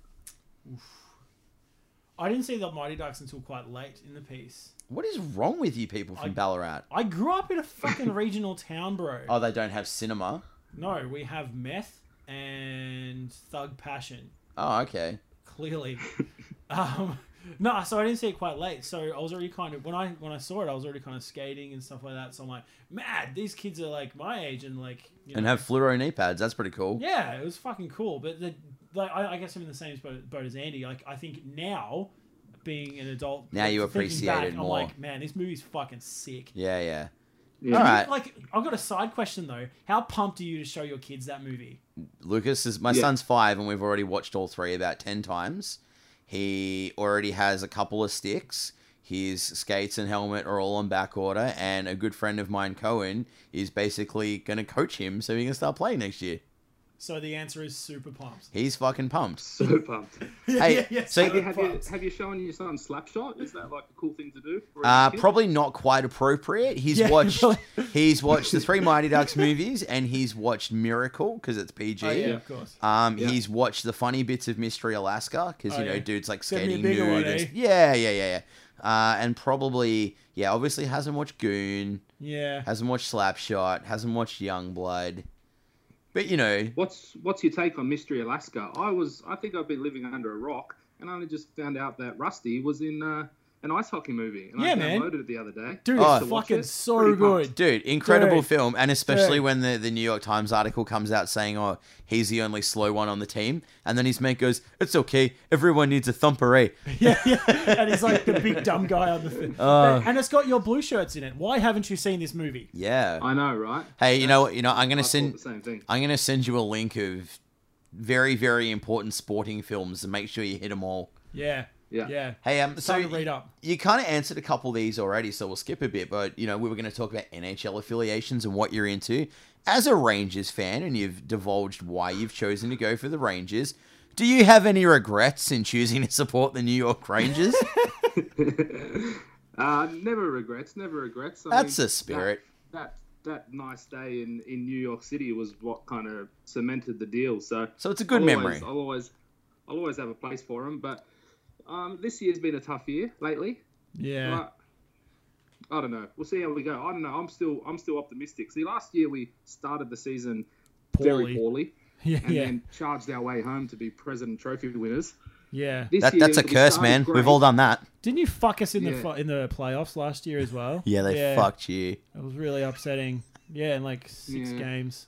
Speaker 1: I didn't see the Mighty Ducks until quite late in the piece.
Speaker 3: what is wrong with you people from
Speaker 1: I-
Speaker 3: Ballarat
Speaker 1: I grew up in a fucking
Speaker 3: [LAUGHS]
Speaker 1: regional town, bro.
Speaker 3: oh they don't have cinema
Speaker 1: No, we have meth and thug passion.
Speaker 3: oh okay [LAUGHS]
Speaker 1: Clearly, um, [LAUGHS] No, so I didn't see it quite late. So I was already kind of when I when I saw it, I was already kind of skating and stuff like that. So I'm like, mad. These kids are like my age and like you
Speaker 3: and
Speaker 1: know,
Speaker 3: have fluoro knee pads. That's pretty cool.
Speaker 1: yeah, it was fucking cool. But the, like I, I guess I'm in the same boat, boat as Andy. Like I think now, being an adult,
Speaker 3: Now you
Speaker 1: like, thinking
Speaker 3: appreciate
Speaker 1: back,
Speaker 3: it
Speaker 1: I'm
Speaker 3: more.
Speaker 1: like, man, this movie's fucking sick.
Speaker 3: Yeah, yeah.
Speaker 4: Yeah.
Speaker 3: All right,
Speaker 1: Like I've got a side question though. How pumped are you to show your kids that movie?
Speaker 3: Lucas is my
Speaker 4: Yeah.
Speaker 3: son's five, and we've already watched all three about ten times. He already has a couple of sticks. His skates and helmet are all on back order, and a good friend of mine, Cohen, is basically going to coach him so he can start playing next year.
Speaker 1: So the answer is super
Speaker 3: [LAUGHS]
Speaker 1: pumped.
Speaker 3: He's fucking pumped.
Speaker 4: So pumped.
Speaker 3: Hey,
Speaker 1: yeah, yeah,
Speaker 3: so-
Speaker 1: super
Speaker 4: Have you,
Speaker 1: pumped.
Speaker 4: have you shown your son Slapshot? Is that like a cool thing to do? For a
Speaker 3: Uh,
Speaker 4: kid?
Speaker 3: probably not quite appropriate. He's
Speaker 1: Yeah, [LAUGHS]
Speaker 3: watched
Speaker 1: really.
Speaker 3: he's watched the three Mighty Ducks movies, and he's watched Miracle because it's PG.
Speaker 1: Oh, yeah, of course.
Speaker 3: Um,
Speaker 4: Yeah.
Speaker 3: he's watched the funny bits of Mystery Alaska because
Speaker 1: Oh,
Speaker 3: you know,
Speaker 1: yeah.
Speaker 3: dude's like
Speaker 1: Send me a
Speaker 3: skating
Speaker 1: bigger
Speaker 3: nude.
Speaker 1: one,
Speaker 3: and-
Speaker 1: eh?
Speaker 3: Yeah, yeah, yeah, yeah. Uh, and probably, yeah, obviously hasn't watched Goon, [LAUGHS]
Speaker 1: Yeah.
Speaker 3: hasn't watched Slapshot, hasn't watched Young Blood, but you know,
Speaker 4: What's What's your take on Mystery Alaska? I was I think I've been living under a rock, and I only just found out that Rusty was in uh, an ice hockey movie, and
Speaker 1: Yeah,
Speaker 4: I
Speaker 1: man.
Speaker 4: downloaded it the other day.
Speaker 1: Dude,
Speaker 3: Oh.
Speaker 1: it's
Speaker 4: To watch
Speaker 1: fucking
Speaker 4: it.
Speaker 1: so
Speaker 4: Pretty
Speaker 1: good.
Speaker 4: pumped.
Speaker 3: dude, incredible
Speaker 1: Dude.
Speaker 3: film. And especially
Speaker 1: Dude.
Speaker 3: when the the New York Times article comes out saying, "Oh, he's the only slow one on the team," and then his mate goes, "It's okay, everyone needs a thumper, eh?"
Speaker 1: yeah, yeah. And he's like the big dumb guy on the thing.
Speaker 3: Uh.
Speaker 1: and it's got your blue shirts in it. Why haven't you seen this movie?
Speaker 3: Yeah.
Speaker 4: I know, right?
Speaker 3: hey, you know, what, you know, I'm
Speaker 4: I
Speaker 3: gonna
Speaker 4: thought
Speaker 3: send
Speaker 4: the same thing. [LAUGHS]
Speaker 3: I'm going to send you a link of very, very important sporting films and make sure you hit them all.
Speaker 1: Yeah.
Speaker 4: Yeah.
Speaker 1: Yeah.
Speaker 3: Hey, um,
Speaker 1: It's
Speaker 3: so
Speaker 1: time to read
Speaker 3: you,
Speaker 1: up.
Speaker 3: kind of answered a couple of these already, so we'll skip a bit. But you know, we were going to talk about NHL affiliations and what you're into as a Rangers fan, and you've divulged why you've chosen to go for the Rangers. Do you have any regrets in choosing to support the New York Rangers?
Speaker 4: Uh, never regrets, never regrets. I
Speaker 3: That's
Speaker 4: mean,
Speaker 3: a spirit.
Speaker 4: That, that that nice day in in New York City was what kind of cemented the deal. So
Speaker 3: So it's a good
Speaker 4: I'll
Speaker 3: memory.
Speaker 4: Always, I'll always I'll always have a place for them. But um, this year's been a tough year lately.
Speaker 1: Yeah.
Speaker 4: But I don't know. We'll see how we go. I don't know. I'm still I'm still optimistic. See, last year we started the season
Speaker 1: Poorly.
Speaker 4: very poorly.
Speaker 1: [LAUGHS] Yeah.
Speaker 4: And
Speaker 1: Yeah.
Speaker 4: then charged our way home to be President Trophy winners.
Speaker 1: yeah.
Speaker 4: This
Speaker 3: That,
Speaker 4: year,
Speaker 3: that's a
Speaker 4: we
Speaker 3: curse,
Speaker 4: started
Speaker 3: man.
Speaker 4: great.
Speaker 3: We've all done that.
Speaker 1: Didn't you fuck us in the
Speaker 4: Yeah.
Speaker 1: the in the playoffs last year as well?
Speaker 3: Yeah, they fucked you.
Speaker 1: It was really upsetting. Yeah, in like six
Speaker 4: Yeah.
Speaker 1: games.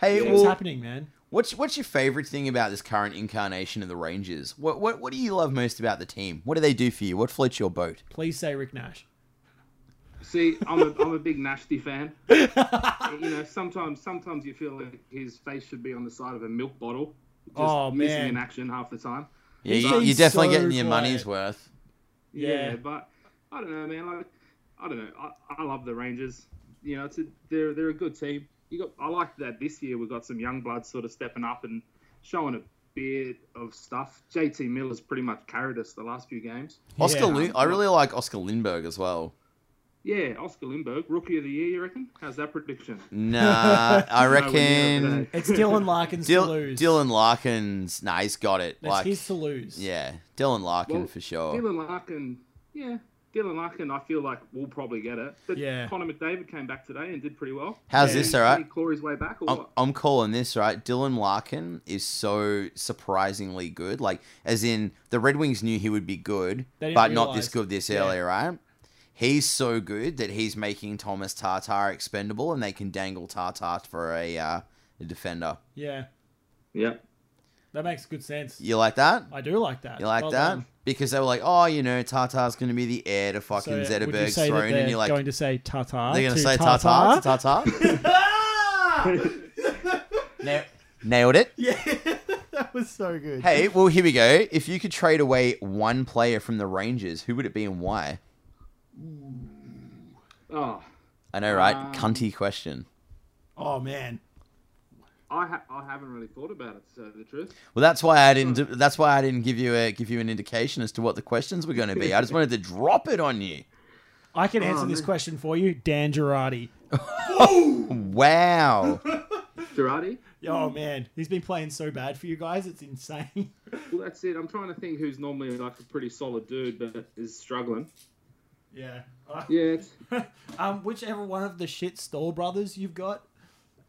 Speaker 3: Hey,
Speaker 1: What's
Speaker 3: well,
Speaker 1: happening, man?
Speaker 3: What's what's your favorite thing about this current incarnation of the Rangers? What what what do you love most about the team? What do they do for you? What floats your boat?
Speaker 1: Please say Rick Nash.
Speaker 4: See, I'm a, I'm a big Nashty fan.
Speaker 1: [LAUGHS]
Speaker 4: you know, sometimes sometimes you feel like his face should be on the side of a milk bottle. Just
Speaker 1: Oh,
Speaker 4: missing
Speaker 1: man.
Speaker 4: in action half the time.
Speaker 3: Yeah,
Speaker 1: He's
Speaker 3: you,
Speaker 1: been
Speaker 3: you're definitely
Speaker 1: so
Speaker 3: getting your
Speaker 1: quiet.
Speaker 3: money's worth.
Speaker 1: Yeah.
Speaker 4: Yeah, but I don't know, man. Like, I don't know. I, I love the Rangers. You know, it's a, they're they're a good team. You got I like that this year we've got some young blood sort of stepping up and showing a bit of stuff. JT Miller's pretty much carried us the last few games.
Speaker 3: Oscar,
Speaker 1: Yeah.
Speaker 3: Lin- I really like Oscar Lindberg as well.
Speaker 4: Yeah, Oscar Lindberg, rookie of the year, you reckon? How's that prediction?
Speaker 1: [LAUGHS]
Speaker 3: Nah, I
Speaker 4: Nowhere near up
Speaker 3: reckon
Speaker 4: there.
Speaker 1: It's
Speaker 3: [LAUGHS]
Speaker 1: Dylan Larkin's to
Speaker 3: Dil-
Speaker 1: lose.
Speaker 3: Dylan Larkin's. Nah, he's got it.
Speaker 1: That's
Speaker 3: like,
Speaker 1: his to lose.
Speaker 3: yeah, Dylan Larkin
Speaker 4: Well,
Speaker 3: for sure.
Speaker 4: Dylan Larkin, yeah. Dylan Larkin, I feel like we'll probably get it. But
Speaker 1: Yeah.
Speaker 4: Connor McDavid came back today and did pretty well.
Speaker 3: How's
Speaker 4: Did
Speaker 3: this,
Speaker 4: he-
Speaker 3: all right? Um,
Speaker 4: did He claw his way back or
Speaker 3: I'm,
Speaker 4: what?
Speaker 3: I'm calling this right. Dylan Larkin is so surprisingly good. Like, as in the Red Wings knew he would be good,
Speaker 1: They didn't
Speaker 3: but not this
Speaker 1: realise.
Speaker 3: good this
Speaker 1: Yeah.
Speaker 3: early, right? He's so good that he's making Thomas Tartar expendable, and they can dangle Tartar for a, uh, a defender.
Speaker 1: Yeah.
Speaker 4: Yeah.
Speaker 1: That makes good sense.
Speaker 3: You like that?
Speaker 1: I do like that.
Speaker 3: You like
Speaker 1: Well
Speaker 3: that?
Speaker 1: done.
Speaker 3: Because they were like, oh, you know, Tartar's going to be the heir to
Speaker 1: So,
Speaker 3: fucking
Speaker 1: would you
Speaker 3: Zetterberg's
Speaker 1: say that
Speaker 3: throne,
Speaker 1: they're
Speaker 3: and you're like,
Speaker 1: going to say Tata.
Speaker 3: they're going
Speaker 1: to
Speaker 3: to say Tartar
Speaker 1: Tata? [LAUGHS]
Speaker 3: to Tartar?
Speaker 1: [LAUGHS]
Speaker 3: Na- Nailed it.
Speaker 1: Yeah,
Speaker 3: [LAUGHS]
Speaker 1: that was so good.
Speaker 3: Hey, well, here we go. If you could trade away one player from the Rangers, who would it be and why?
Speaker 4: Oh,
Speaker 3: I know, right?
Speaker 4: Um,
Speaker 3: Cunty question.
Speaker 1: Oh man.
Speaker 4: I, ha- I haven't really thought about it, to tell you the truth.
Speaker 3: Well, that's why I didn't.
Speaker 4: hmm.
Speaker 3: do- That's why I didn't give you a give you an indication as to what the questions were going to be. I just wanted to drop it on you.
Speaker 1: I can answer this
Speaker 4: man.
Speaker 1: question for you, Dan Girardi.
Speaker 4: [LAUGHS]
Speaker 3: Wow.
Speaker 4: Girardi?
Speaker 1: Oh man, he's been playing so bad for you guys, it's insane. [LAUGHS]
Speaker 4: Well, that's it. I'm trying to think who's normally like a pretty solid dude, but is struggling.
Speaker 1: yeah. Uh,
Speaker 4: Yeah, it's,
Speaker 1: [LAUGHS] um, whichever one of the shit Stoll brothers you've got,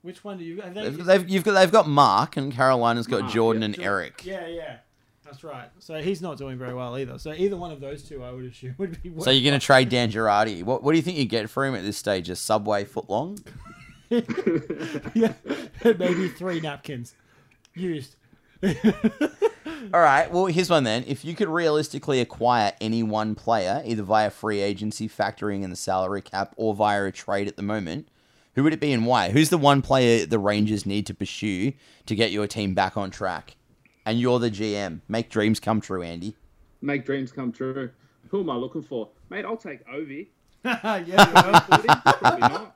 Speaker 1: which one do you? Have they,
Speaker 3: They've, they've- you've got they've got Mark and Carolina's got
Speaker 4: Mark,
Speaker 3: Jordan
Speaker 4: yeah.
Speaker 3: and Eric.
Speaker 1: yeah, yeah. That's right. So he's not doing very well either. So either one of those two, I would assume, would be.
Speaker 3: So you're going to trade Dan Girardi. What, what do you think you get for him at this stage? A Subway footlong?
Speaker 1: [LAUGHS] yeah, maybe three napkins
Speaker 4: [LAUGHS]
Speaker 1: used.
Speaker 3: All right. Well, here's one then. If you could realistically acquire any one player, either via free agency, factoring in the salary cap, or via a trade at the moment, who would it be and why? Who's the one player the Rangers need to pursue to get your team back on track? And you're the GM. Make dreams come true, Andy.
Speaker 4: Make dreams come true. Who am I looking for? Mate, I'll take Ovi.
Speaker 1: yeah, you [LAUGHS] know.
Speaker 4: Would he? [LAUGHS] Probably not.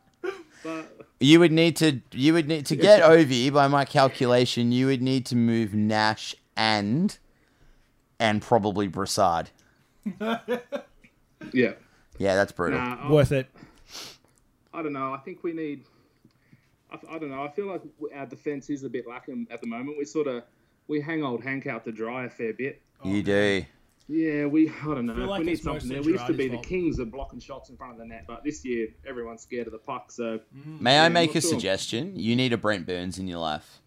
Speaker 4: But
Speaker 3: You would need to. You would need to get Ovi. By my calculation, you would need to move Nash and, and probably Brassard.
Speaker 4: yeah.
Speaker 3: Yeah, that's brutal.
Speaker 4: Nah, I'll-
Speaker 5: Worth it.
Speaker 4: I don't know. I think we need. I, I don't know. I feel like our defense is a bit lacking at the moment. We sort of we hang old Hank out to dry a fair bit.
Speaker 3: you do.
Speaker 4: Yeah, we. I don't know.
Speaker 1: feel like
Speaker 4: we need
Speaker 1: it's
Speaker 4: something
Speaker 1: mostly
Speaker 4: there. We used to
Speaker 1: Girardi's
Speaker 4: be the
Speaker 1: fault.
Speaker 4: kings of blocking shots in front of the net, but this year everyone's scared of the puck. So [LAUGHS]
Speaker 3: May I
Speaker 4: Yeah,
Speaker 3: make
Speaker 4: not
Speaker 3: a
Speaker 4: sure.
Speaker 3: suggestion? You need a Brent Burns in your life.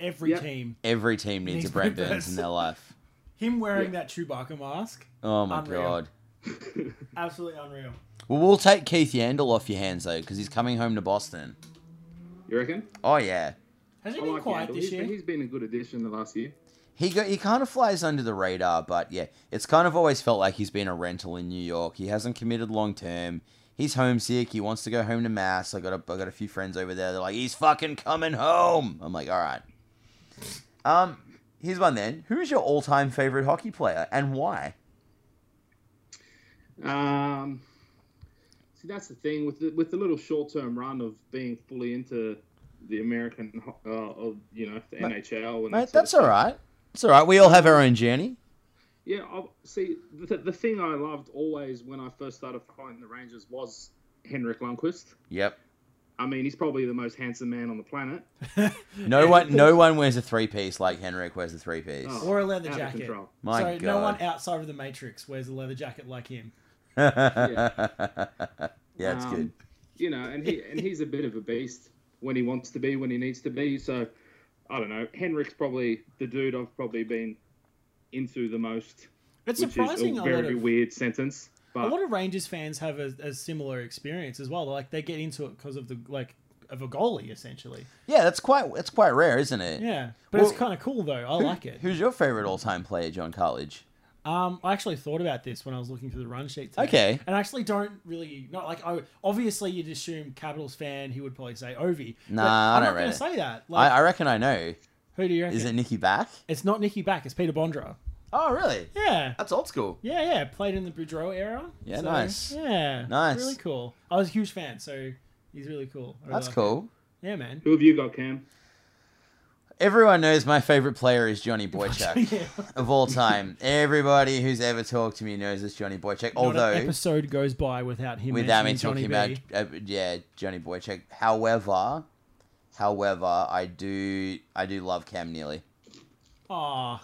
Speaker 1: Every
Speaker 4: Yep.
Speaker 1: team.
Speaker 3: Every team needs,
Speaker 1: Needs
Speaker 3: a Brent
Speaker 1: Brent
Speaker 3: Burns in
Speaker 1: Burns.
Speaker 3: their life.
Speaker 1: Him wearing that Chewbacca mask.
Speaker 3: Oh my
Speaker 1: Unreal.
Speaker 3: god.
Speaker 1: Absolutely unreal.
Speaker 3: Well, we'll take Keith Yandel off your hands though, because he's coming home to Boston.
Speaker 4: you reckon?
Speaker 3: Oh yeah.
Speaker 1: Has he
Speaker 4: I
Speaker 1: been
Speaker 4: like
Speaker 1: quiet
Speaker 4: Yandel.
Speaker 1: this
Speaker 4: He's
Speaker 1: year?
Speaker 4: been- he's been a good addition the last year.
Speaker 3: He go, he kind of flies under the radar, but yeah, it's kind of always felt like he's been a rental in New York. He hasn't committed long term. He's homesick. He wants to go home to Mass. I got a, I got a few friends over there. They're like, he's fucking coming home. I'm like, all right. Um, here's one then. Who is your all time favorite hockey player and why?
Speaker 4: Um, see, that's the thing with the, with the little short term run of being fully into the American ho- uh, of you know the NHL and that sort
Speaker 3: Mate,
Speaker 4: of
Speaker 3: that's
Speaker 4: stuff.
Speaker 3: all right. It's all right. We all have our own journey.
Speaker 4: Yeah, i see, the, the thing I loved always when I first started following the Rangers was Henrik Lundqvist.
Speaker 3: Yep.
Speaker 4: I mean, he's probably the most handsome man on the planet.
Speaker 3: [LAUGHS] No one, no one wears a three piece like Henrik wears a three piece.
Speaker 4: Oh.
Speaker 1: [LAUGHS] Or a leather
Speaker 4: Out of
Speaker 1: jacket.
Speaker 4: control.
Speaker 3: My
Speaker 1: so
Speaker 3: God.
Speaker 1: no
Speaker 3: [LAUGHS]
Speaker 1: one outside of the Matrix wears a leather jacket like him.
Speaker 3: yeah, it's
Speaker 4: Um,
Speaker 3: good.
Speaker 4: You know, and he and he's a bit of a beast when he wants to be, when he needs to be. So, I don't know. Henrik's probably the dude I've probably been into the most,
Speaker 1: It's
Speaker 4: which
Speaker 1: surprising
Speaker 4: is a
Speaker 1: a lot
Speaker 4: very
Speaker 1: of
Speaker 4: weird sentence.
Speaker 1: a
Speaker 4: But
Speaker 1: lot of Rangers fans have a, a similar experience as well. Like they get into it because of the like of a goalie essentially.
Speaker 3: Yeah, that's quite that's quite rare, isn't it?
Speaker 1: Yeah, but
Speaker 3: Well,
Speaker 1: it's kind of cool though. I like
Speaker 3: [LAUGHS]
Speaker 1: it.
Speaker 3: Who's your favorite all time player, John Cartledge?
Speaker 1: Um, I actually thought about this when I was looking through the run sheet. Today.
Speaker 3: Okay.
Speaker 1: and I actually don't really not like. I obviously you'd assume Capitals fan, he would probably say Ovi. but
Speaker 3: Nah, I
Speaker 1: I'm not
Speaker 3: don't
Speaker 1: going
Speaker 3: really-
Speaker 1: to say that. Like,
Speaker 3: I, I reckon I know.
Speaker 1: who do you reckon?
Speaker 3: Is it Nicky Back?
Speaker 1: It's not Nicky Back. It's Peter Bondra.
Speaker 3: Oh, really?
Speaker 1: Yeah.
Speaker 3: That's old school.
Speaker 1: Yeah, yeah. Played in the Boudreaux era.
Speaker 3: Yeah, nice.
Speaker 1: Yeah,
Speaker 3: Nice.
Speaker 1: Really cool. I was a huge fan, so he's really cool. I really
Speaker 3: That's
Speaker 1: like him.
Speaker 3: cool.
Speaker 1: Yeah, man.
Speaker 4: who have you got, Cam?
Speaker 3: Everyone knows my favorite player
Speaker 1: [LAUGHS]
Speaker 3: is Johnny Boychuk
Speaker 1: yeah.
Speaker 3: of
Speaker 1: [LAUGHS]
Speaker 3: all time. Everybody who's ever talked to me knows it's Johnny Boychuk.
Speaker 1: Not an
Speaker 3: Although
Speaker 1: episode goes by without him.
Speaker 3: without me
Speaker 1: mentioning
Speaker 3: talking
Speaker 1: Johnny
Speaker 3: about uh, yeah Johnny Boychuk. However, however, I do I do love Cam Neely.
Speaker 1: Ah,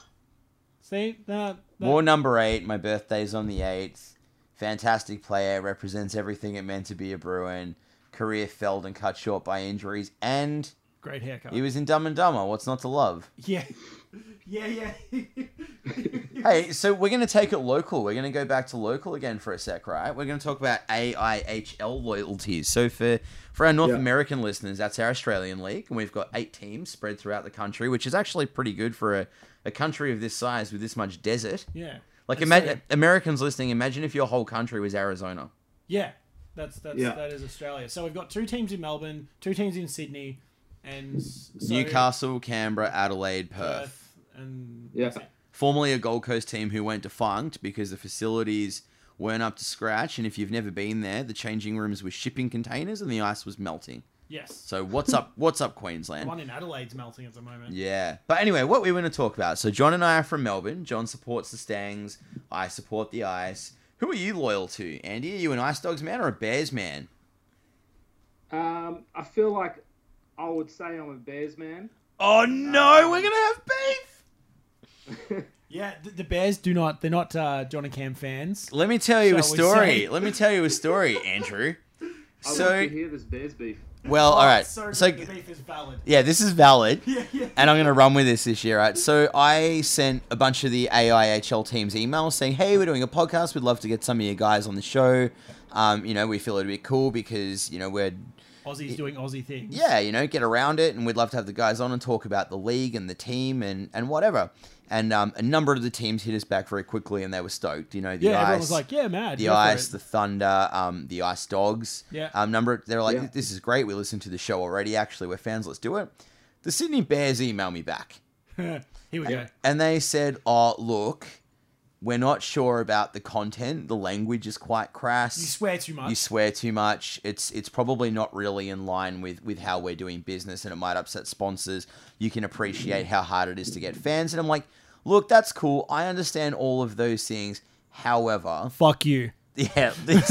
Speaker 1: see that. that
Speaker 3: War number eight. My birthday's on the eighth. Fantastic player, represents everything it meant to be a Bruin. Career felled and cut short by injuries, and
Speaker 1: great haircut.
Speaker 3: he was in Dumb and Dumber. What's not to love?
Speaker 1: [LAUGHS] Yeah. Yeah, [LAUGHS] yeah.
Speaker 3: Hey, so we're gonna take it local. We're gonna go back to local again for a sec, right? We're gonna talk about AIHL loyalties. So for for our North
Speaker 4: Yeah.
Speaker 3: American listeners, that's our Australian league, and we've got eight teams spread throughout the country, which is actually pretty good for a, a country of this size with this much desert.
Speaker 1: yeah.
Speaker 3: Like
Speaker 1: That's
Speaker 3: imagine
Speaker 1: it.
Speaker 3: Americans listening, imagine if your whole country was Arizona.
Speaker 1: Yeah. That's that's
Speaker 4: Yeah.
Speaker 1: that is Australia. So we've got two teams in Melbourne, two teams in Sydney, and s- so
Speaker 3: Newcastle, Canberra, Adelaide, Perth.
Speaker 1: Perth, and
Speaker 4: Yeah.
Speaker 1: that's it.
Speaker 3: Formerly a Gold Coast team who went defunct because the facilities weren't up to scratch, and if you've never been there, the changing rooms were shipping containers and the ice was melting.
Speaker 1: Yes.
Speaker 3: So what's [LAUGHS] up? What's up,
Speaker 1: One
Speaker 3: Queensland?
Speaker 1: in Adelaide's melting at the moment.
Speaker 3: Yeah. But anyway, what we want to talk about. So John and I are from Melbourne. John supports the Stangs. I support the Ice. Who are you loyal to, Andy? Are you an Ice Dogs man or a Bears man?
Speaker 4: Um, I feel like I would say I'm a Bears man. [LAUGHS]
Speaker 3: Oh no, we're gonna have beef.
Speaker 1: Yeah, the, the Bears do not. They're not uh, John and Cam fans.
Speaker 3: Let me tell you a
Speaker 1: Shall we
Speaker 3: story.
Speaker 1: say?
Speaker 3: [LAUGHS] Let me tell you a story, Andrew.
Speaker 4: I
Speaker 3: So-
Speaker 4: want to hear this bears beef.
Speaker 3: Well, all right.
Speaker 1: So,
Speaker 3: Oh, So,
Speaker 1: the beef is valid. [LAUGHS]
Speaker 3: yeah, this is valid.
Speaker 1: Yeah, yeah.
Speaker 3: And I'm going to run with this this year, right? So I sent a bunch of the AIHL teams emails saying, hey, we're doing a podcast. We'd love to get some of you guys on the show. Um, you know, we feel it'd be cool because, you know, we're,
Speaker 1: Aussies doing Aussie things.
Speaker 3: yeah, you know, get around it. And we'd love to have the guys on and talk about the league and the team and, and whatever. And um, a number of the teams hit us back very quickly and they were stoked. You know, the
Speaker 1: Yeah, everyone
Speaker 3: ice,
Speaker 1: was like, yeah, mad.
Speaker 3: the
Speaker 1: go for
Speaker 3: ice,
Speaker 1: it. [LAUGHS]
Speaker 3: the thunder, um, the ice dogs.
Speaker 1: Yeah.
Speaker 3: Um, number they're like,
Speaker 4: Yeah.
Speaker 3: this is great. We listened to the show already. Actually, we're fans. Let's do it. The Sydney Bears email me back,
Speaker 1: Here we go.
Speaker 3: and they said, "Oh, look, we're not sure about the content. The language is quite crass.
Speaker 1: You swear too much.
Speaker 3: You swear too much. It's it's probably not really in line with with how we're doing business, and it might upset sponsors. You can appreciate how hard it is to get fans." And I'm like, "Look, that's cool. I understand all of those things. However, [LAUGHS]
Speaker 1: Fuck you.
Speaker 3: yeah, this,
Speaker 1: [LAUGHS]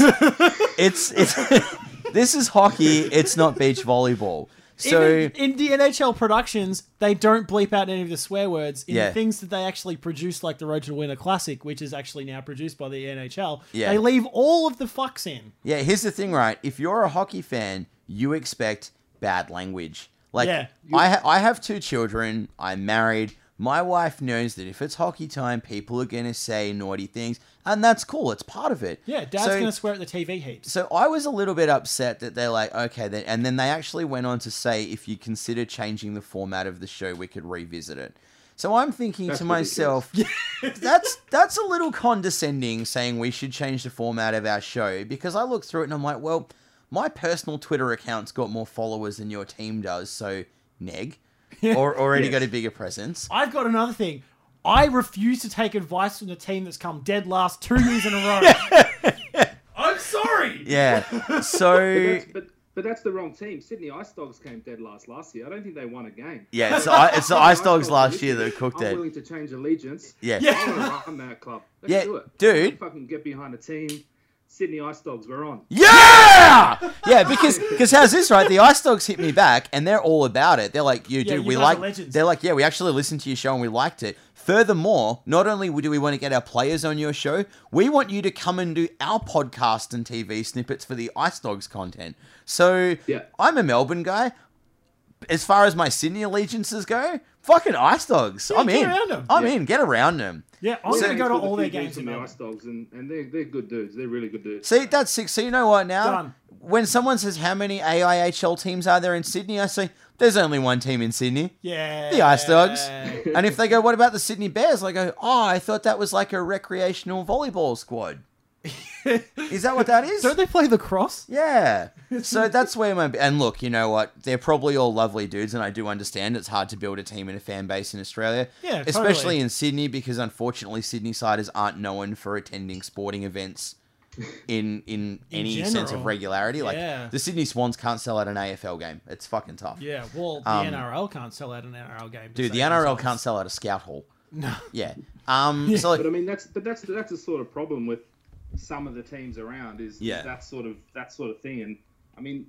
Speaker 3: it's it's [LAUGHS] this is hockey. It's not beach volleyball. So
Speaker 1: Even in the NHL productions, they don't bleep out any of the swear words in
Speaker 3: Yeah.
Speaker 1: the things that they actually produce, like the Road to the Winter Classic, which is actually now produced by the NHL.
Speaker 3: Yeah.
Speaker 1: They leave all of the fucks in.
Speaker 3: yeah, here's the thing, right? If you're a hockey fan, you expect bad language. Like
Speaker 1: Yeah.
Speaker 3: I ha- I have two children. I'm married. My wife knows that if it's hockey time, people are gonna say naughty things, and that's cool. It's part of it.
Speaker 1: Yeah, Dad's
Speaker 3: So-
Speaker 1: gonna swear at the TV heaps.
Speaker 3: So I was a little bit upset that they're like, okay, then, and then they actually went on to say, if you consider changing the format of the show, we could revisit it. So I'm thinking
Speaker 4: That's
Speaker 3: to
Speaker 4: [LAUGHS]
Speaker 3: myself, that's that's a little condescending saying we should change the format of our show because I look through it and I'm like, well, my personal Twitter account's got more followers than your team does, so neg, or already got a bigger presence.
Speaker 1: I've got another thing. I refuse to take advice from the team that's come dead last two years in a row.
Speaker 3: [LAUGHS]
Speaker 1: I'm sorry.
Speaker 3: Yeah,
Speaker 4: But
Speaker 3: so
Speaker 4: [LAUGHS] that's, but, but that's the wrong team. Sydney Ice Dogs came dead last last year. I don't think they won a game.
Speaker 3: yeah, it's
Speaker 4: [LAUGHS]
Speaker 3: the, I- it's the Ice Dogs last
Speaker 4: this
Speaker 3: year that cooked
Speaker 4: I'm
Speaker 3: it.
Speaker 4: willing to change allegiance.
Speaker 3: Yeah.
Speaker 1: Yeah.
Speaker 4: I want to run that club. Let's
Speaker 3: Yeah,
Speaker 4: do it.
Speaker 3: dude.
Speaker 4: Let's fucking get behind a team. Sydney Ice Dogs, we're on.
Speaker 3: Yeah, [LAUGHS] yeah, because because how's this right? The Ice Dogs hit me back, and they're all about it. They're like, "You dude,
Speaker 1: you
Speaker 3: we
Speaker 1: guys are
Speaker 3: like."
Speaker 1: legends.
Speaker 3: They're like, "Yeah, we actually listened to your show and we liked it." Furthermore, not only do we want to get our players on your show, we want you to come and do our podcast and TV snippets for the Ice Dogs content. So
Speaker 4: Yeah.
Speaker 3: I'm a Melbourne guy. As far as my Sydney allegiances go, fucking Ice Dogs. I'm
Speaker 1: get
Speaker 3: in.
Speaker 1: around 'em.
Speaker 3: I'm
Speaker 4: Yeah.
Speaker 3: in. Get around them.
Speaker 1: Yeah, I'm gonna go
Speaker 4: Yeah,
Speaker 1: to
Speaker 4: it's got a
Speaker 1: all
Speaker 4: few
Speaker 1: their
Speaker 4: dudes
Speaker 1: games in
Speaker 4: from the
Speaker 1: Melbourne.
Speaker 4: Ice Dogs, and, and they're, they're good dudes. They're really good dudes.
Speaker 3: See, that's six. So you know what now?
Speaker 1: Done.
Speaker 3: When someone says how many AIHL teams are there in Sydney, I say there's only one team in Sydney,
Speaker 1: Yeah.
Speaker 3: the Ice Dogs. and if they go, what about the Sydney Bears? I go, oh, I thought that was like a recreational volleyball squad. Is that what that is?
Speaker 1: Don't they play the cross? [LAUGHS]
Speaker 3: Yeah. So that's where my and look, you know what? They're probably all lovely dudes, and I do understand it's hard to build a team and a fan base in Australia.
Speaker 1: Yeah,
Speaker 3: especially
Speaker 1: totally.
Speaker 3: in Sydney because unfortunately Sydney siders aren't known for attending sporting events in in, any sense
Speaker 1: general.
Speaker 3: of regularity. Like
Speaker 1: Yeah.
Speaker 3: the Sydney Swans can't sell out an AFL game. It's fucking tough.
Speaker 1: Yeah, well, the
Speaker 3: Um,
Speaker 1: NRL can't sell out an NRL game. to
Speaker 3: Dude, the
Speaker 1: save
Speaker 3: NRL
Speaker 1: themselves.
Speaker 3: can't sell out a scout hall.
Speaker 1: [LAUGHS] No.
Speaker 3: Yeah. Um. So
Speaker 4: But
Speaker 3: like,
Speaker 4: I mean, that's but that's that's the sort of problem with some of the teams around is
Speaker 3: Yeah.
Speaker 4: that sort of that sort of thing. And I mean,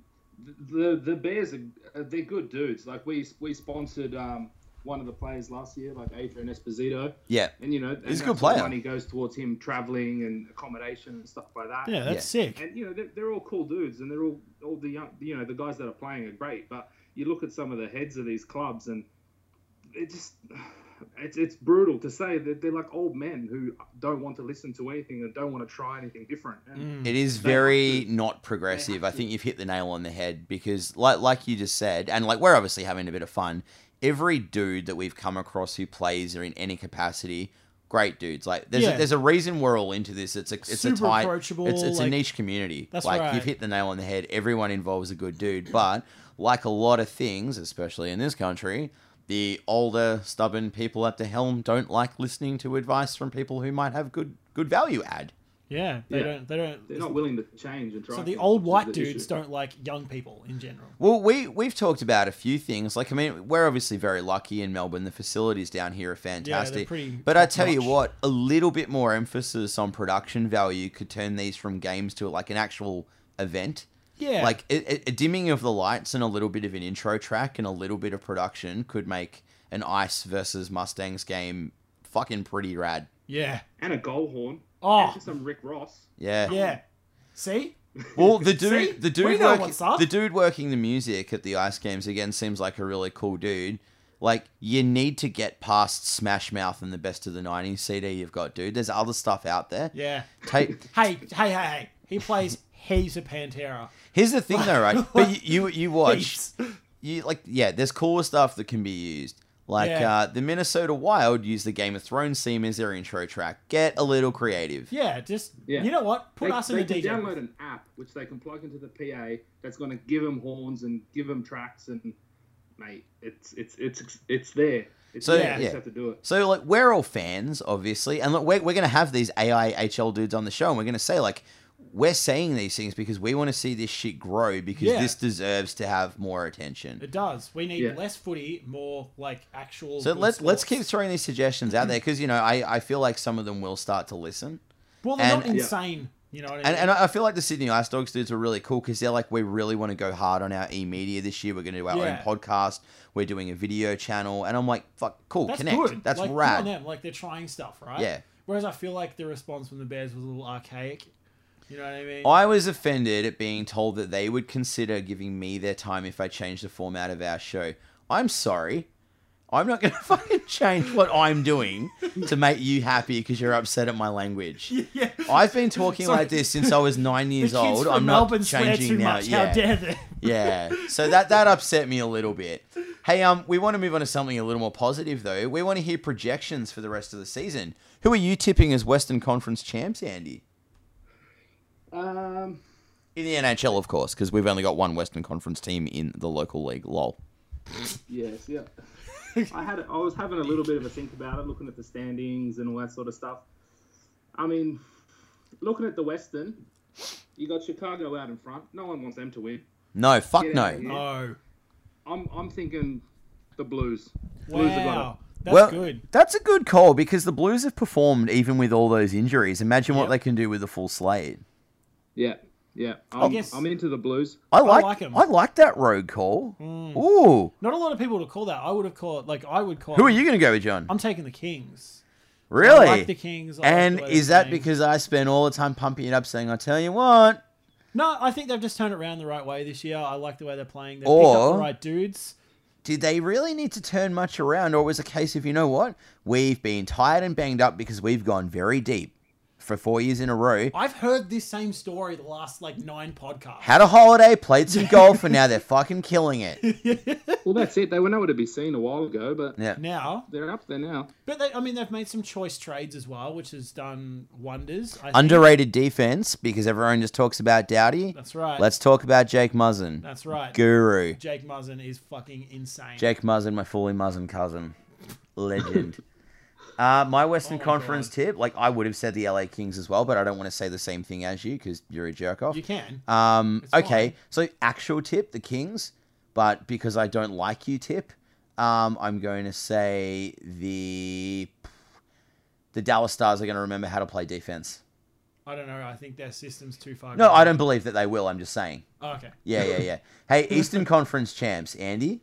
Speaker 4: the the Bears are uh, they're good dudes. Like we we sponsored um, one of the players last year, like Adrian Esposito,
Speaker 3: yeah.
Speaker 4: and you know and
Speaker 3: He's a
Speaker 4: that
Speaker 3: good
Speaker 4: sort of
Speaker 3: player.
Speaker 4: Money goes towards him traveling and accommodation and stuff like that.
Speaker 1: Yeah, that's sick.
Speaker 4: And you know they're, they're all cool dudes, and they're all all the young you know the guys that are playing are great. But you look at some of the heads of these clubs, and it just it's it's brutal to say that they're like old men who don't want to listen to anything and don't want to try anything different.
Speaker 1: Mm.
Speaker 4: And
Speaker 3: It is
Speaker 4: have
Speaker 3: very
Speaker 4: to.
Speaker 3: not progressive. I
Speaker 4: have to.
Speaker 3: think you've hit the nail on the head because, like, like you just said, and like we're obviously having a bit of fun. Every dude that we've come across who plays or in any capacity, great dudes. Like, there's
Speaker 1: Yeah.
Speaker 3: a, there's a reason we're all into this. It's a it's
Speaker 1: Super
Speaker 3: a tight,
Speaker 1: approachable,
Speaker 3: it's it's
Speaker 1: like-
Speaker 3: a niche community.
Speaker 1: That's
Speaker 3: like
Speaker 1: right.
Speaker 3: you've hit the nail on the head. Everyone involves a good dude, but like a lot of things, especially in this country. The older, stubborn people at the helm don't like listening to advice from people who might have good good value add.
Speaker 1: Yeah, they
Speaker 4: Yeah.
Speaker 1: don't. They don't.
Speaker 4: they're not willing to change and try.
Speaker 1: so the
Speaker 4: things,
Speaker 1: old
Speaker 4: which is
Speaker 1: white
Speaker 4: the
Speaker 1: dudes
Speaker 4: issue.
Speaker 1: don't like young people in general.
Speaker 3: Well, we we've talked about a few things. Like I mean, we're obviously very lucky in Melbourne. The facilities down here are fantastic.
Speaker 1: pretty
Speaker 3: but I tell you
Speaker 1: top-notch.
Speaker 3: what, a little bit more emphasis on production value could turn these from games to like an actual event.
Speaker 1: Yeah,
Speaker 3: Like a, a- a dimming of the lights and a little bit of an intro track and a little bit of production could make an Ice versus Mustangs game fucking pretty rad.
Speaker 1: yeah,
Speaker 4: And a goal horn.
Speaker 1: Oh.
Speaker 4: And just some Rick Ross.
Speaker 3: Yeah.
Speaker 1: yeah. See,
Speaker 3: Well, the dude,
Speaker 1: See?
Speaker 3: the
Speaker 1: We
Speaker 3: dude,
Speaker 1: know
Speaker 3: work-
Speaker 1: what's up.
Speaker 3: the dude working the music at the Ice Games again seems like a really cool dude. Like you need to get past Smash Mouth and the Best of the '90s CD you've got, dude. There's other stuff out there.
Speaker 1: Yeah.
Speaker 3: Take
Speaker 1: Hey, hey, hey, hey. He
Speaker 3: [LAUGHS]
Speaker 1: plays heaps of Pantera.
Speaker 3: here's the thing though, right? But you
Speaker 1: [LAUGHS]
Speaker 3: you, you watch
Speaker 1: Heaps.
Speaker 3: you like yeah. There's cooler stuff that can be used. Like
Speaker 1: Yeah.
Speaker 3: uh, the Minnesota Wild use the Game of Thrones theme as their intro track. Get a little creative.
Speaker 1: Yeah, just
Speaker 4: Yeah.
Speaker 1: you know what? Put
Speaker 4: they,
Speaker 1: us
Speaker 4: they
Speaker 1: in the
Speaker 4: can
Speaker 1: DJ.
Speaker 4: download
Speaker 1: booth.
Speaker 4: an app which they can plug into the PA that's going to give them horns and give them tracks and mate, it's it's it's it's there. It's
Speaker 3: So,
Speaker 4: there. You
Speaker 3: yeah.
Speaker 4: just have to do it.
Speaker 3: So like we're all fans, obviously, and look, we're we're gonna have these AIHL dudes on the show, and we're gonna say like we're saying these things because we want to see this shit grow because
Speaker 1: Yeah.
Speaker 3: this deserves to have more attention.
Speaker 1: It does. We need
Speaker 4: Yeah.
Speaker 1: less footy, more like actual.
Speaker 3: So
Speaker 1: good
Speaker 3: let's let's keep
Speaker 1: sports.
Speaker 3: throwing these suggestions out there because you know I, I feel like some of them will start to listen,
Speaker 1: Well, they're not
Speaker 3: and-
Speaker 4: Yeah.
Speaker 1: insane. You know what I mean?
Speaker 3: and and I I feel like the Sydney Ice Dogs dudes are really cool because they're like we really want to go hard on our e media this year. We're gonna do our
Speaker 1: Yeah.
Speaker 3: own podcast. We're doing a video channel, and I'm like fuck cool
Speaker 1: that's
Speaker 3: connect.
Speaker 1: good.
Speaker 3: That's
Speaker 1: like, good
Speaker 3: rad.
Speaker 1: on them. Like they're trying stuff, right?
Speaker 3: Yeah.
Speaker 1: Whereas I feel like the response from the Bears was a little archaic. You know what I mean?
Speaker 3: I was offended at being told that they would consider giving me their time if I changed the format of our show. I'm sorry. I'm not going to [LAUGHS] fucking change what I'm doing to make you happy because you're upset at my language.
Speaker 1: [LAUGHS] yeah.
Speaker 3: I've been talking
Speaker 1: Sorry.
Speaker 3: like this since I was nine
Speaker 1: the
Speaker 3: years
Speaker 1: kids
Speaker 3: old.
Speaker 1: from
Speaker 3: I'm
Speaker 1: Melbourne
Speaker 3: not
Speaker 1: swear
Speaker 3: changing
Speaker 1: too
Speaker 3: now.
Speaker 1: much.
Speaker 3: Yeah.
Speaker 1: How dare they? [LAUGHS]
Speaker 3: yeah. So that that upset me a little bit. Hey, um, we want to move on to something a little more positive though. We want to hear projections for the rest of the season. Who are you tipping as Western Conference champs, Andy?
Speaker 4: Um,
Speaker 3: In the NHL, of course, because we've only got one Western Conference team in the local league. Lol.
Speaker 1: [LAUGHS]
Speaker 4: yes, yeah. I had I was having a little bit of a think about it, looking at the standings and all that sort of stuff. I mean, looking at the Western, you got Chicago out in front. No one wants them to win.
Speaker 3: No, fuck
Speaker 4: Get out of
Speaker 3: no.
Speaker 4: here.
Speaker 1: No.
Speaker 4: I'm I'm thinking the Blues. Blues have got it.
Speaker 1: Wow. That's
Speaker 3: well,
Speaker 1: good.
Speaker 3: that's a good call because the Blues have performed even with all those injuries. Imagine
Speaker 1: Yep.
Speaker 3: what they can do with a full slate.
Speaker 4: Yeah, yeah. I'm,
Speaker 1: guess-
Speaker 4: I'm into the Blues.
Speaker 3: I like, I
Speaker 1: like
Speaker 3: like,
Speaker 1: 'em. Mm.
Speaker 3: that road call. Ooh,
Speaker 1: Not a lot of people would call that. I would have called like I would call.
Speaker 3: who are you going to go with, John?
Speaker 1: I'm taking the Kings.
Speaker 3: really?
Speaker 1: I like the Kings. I like
Speaker 3: and
Speaker 1: the way
Speaker 3: is
Speaker 1: they're
Speaker 3: that
Speaker 1: playing.
Speaker 3: because I spent all the time pumping it up, saying, "I tell you what"?
Speaker 1: No, I think they've just turned it around the right way this year. I like the way they're playing. They have picked up
Speaker 3: Or-
Speaker 1: the right dudes.
Speaker 3: Did they really need to turn much around, or was it a case of you know what? We've been tired and banged up because we've gone very deep for four years in a row.
Speaker 1: I've heard this same story the last like nine podcasts.
Speaker 3: had a holiday,
Speaker 1: [LAUGHS]
Speaker 3: played some golf, and now they're fucking killing it.
Speaker 4: Well, that's it. They were nowhere to be seen a while ago, but
Speaker 3: Yeah.
Speaker 1: now,
Speaker 4: they're up there now.
Speaker 1: but they, I mean, they've made some choice trades as well, which has done wonders. I think.
Speaker 3: Underrated defense because everyone just talks about Dowdy.
Speaker 1: That's right.
Speaker 3: Let's talk about Jake Muzzin.
Speaker 1: That's right.
Speaker 3: Guru.
Speaker 1: Jake Muzzin is fucking insane.
Speaker 3: Jake Muzzin, my fully Muzzin cousin. Legend.
Speaker 1: [LAUGHS]
Speaker 3: Uh, my Western
Speaker 1: Oh my
Speaker 3: Conference
Speaker 1: God.
Speaker 3: tip, like I would have said the LA Kings as well, but I don't want to say the same thing as you because you're a jerk off.
Speaker 1: you can.
Speaker 3: Um,
Speaker 1: It's
Speaker 3: okay,
Speaker 1: fine.
Speaker 3: so actual tip the Kings, but because I don't like you tip, um, I'm going to say the the Dallas Stars are going to remember how to play defense.
Speaker 1: I don't know. I think their system's too far.
Speaker 3: No,
Speaker 1: gone.
Speaker 3: I don't believe that they will. I'm just saying.
Speaker 1: Oh, okay.
Speaker 3: Yeah,
Speaker 1: [LAUGHS]
Speaker 3: yeah, yeah. hey, Eastern Conference champs, Andy.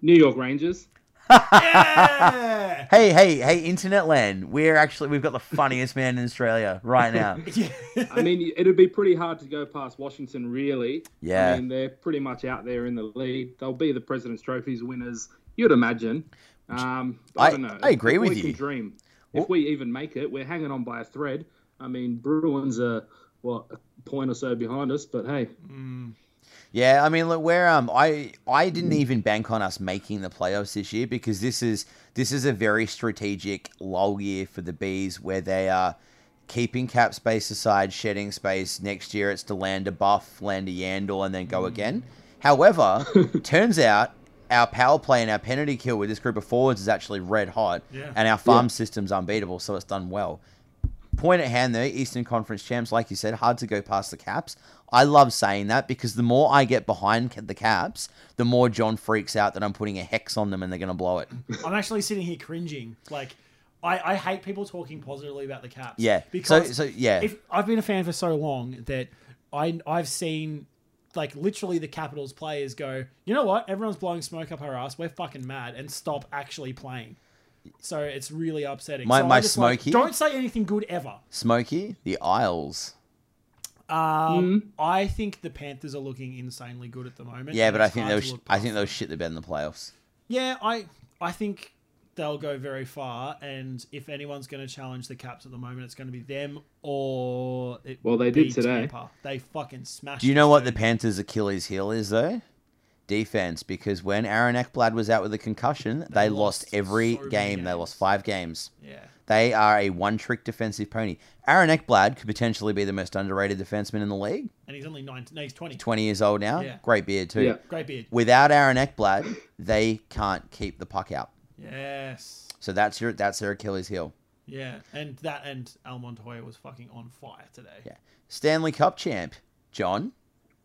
Speaker 4: New York Rangers.
Speaker 1: Yeah! [LAUGHS]
Speaker 3: Hey, hey, hey, Internet land. We're actually we've got the funniest man in Australia right
Speaker 1: [LAUGHS]
Speaker 3: now.
Speaker 4: I mean, it'd be pretty hard to go past Washington, really.
Speaker 3: Yeah.
Speaker 4: I mean, they're pretty much out there in the lead. They'll be the President's Trophies winners, you'd imagine. Um, I,
Speaker 3: I-
Speaker 4: don't know.
Speaker 3: I agree
Speaker 4: If
Speaker 3: with
Speaker 4: we
Speaker 3: you.
Speaker 4: Can dream. If we even make it, we're hanging on by a thread. I mean, Bruins are what a point or so behind us, but hey,
Speaker 1: Mm.
Speaker 3: Yeah, I mean, look, we're um, I I didn't even bank on us making the playoffs this year because this is this is a very strategic lull year for the bees where they are keeping cap space aside, shedding space. Next year, it's to land a buff, land a Yandel, and then go
Speaker 1: Mm.
Speaker 3: again.
Speaker 1: [LAUGHS]
Speaker 3: However, turns out our power play and our penalty kill with this group of forwards is actually red hot,
Speaker 1: Yeah.
Speaker 3: and our farm system's unbeatable, so it's done well point at hand though, Eastern Conference champs, like you said, hard to go past the Caps. I love saying that because the more I get behind ca- the Caps, the more John freaks out that I'm putting a hex on them and they're going to
Speaker 1: [LAUGHS]
Speaker 3: blow it.
Speaker 1: I'm actually sitting here cringing. Like, I, I hate people talking positively about the Caps.
Speaker 3: Yeah. So,
Speaker 1: Because
Speaker 3: so yeah.
Speaker 1: if I've been a fan for so long that I I've seen like literally the Capitals players go, you know what? Everyone's blowing smoke up our ass. We're fucking mad, and stop actually playing. So it's really upsetting.
Speaker 3: My-
Speaker 1: So I
Speaker 3: my
Speaker 1: just, like,
Speaker 3: Smokey?
Speaker 1: don't say anything good ever.
Speaker 3: Smokey, the Isles.
Speaker 4: Mm.
Speaker 1: Um, I think the Panthers are looking insanely good at the moment.
Speaker 3: Yeah,
Speaker 1: and
Speaker 3: but I
Speaker 1: it's
Speaker 3: think
Speaker 1: hard
Speaker 3: they'll
Speaker 1: to
Speaker 3: sh-
Speaker 1: look
Speaker 3: I
Speaker 1: past
Speaker 3: think they'll shit the bed in the playoffs.
Speaker 1: Yeah, I I think they'll go very far, and if anyone's going to challenge the Caps at the moment, it's going to be them or it
Speaker 4: Well, they
Speaker 1: be
Speaker 4: did today.
Speaker 1: Tampa. They fucking smashed.
Speaker 3: Do you know
Speaker 1: us,
Speaker 3: what the
Speaker 1: dude.
Speaker 3: Panthers' Achilles' heel is though? Defense, because when Aaron Eckblad was out with a concussion, they, lost,
Speaker 1: lost
Speaker 3: every
Speaker 1: so many
Speaker 3: game. They
Speaker 1: games.
Speaker 3: lost five games.
Speaker 1: Yeah,
Speaker 3: They are a one-trick defensive pony. Aaron Eckblad could potentially be the most underrated defenseman in the league.
Speaker 1: and he's only nineteen. No, he's twenty.
Speaker 3: Twenty years old now,
Speaker 1: Yeah.
Speaker 3: great beard too.
Speaker 4: Yeah.
Speaker 1: Great beard.
Speaker 3: Without Aaron Eckblad, they can't keep the puck out.
Speaker 1: Yes.
Speaker 3: So that's your that's their Achilles' heel.
Speaker 1: Yeah, and that and Al Montoya was fucking on fire today.
Speaker 3: Yeah. Stanley Cup champ, John.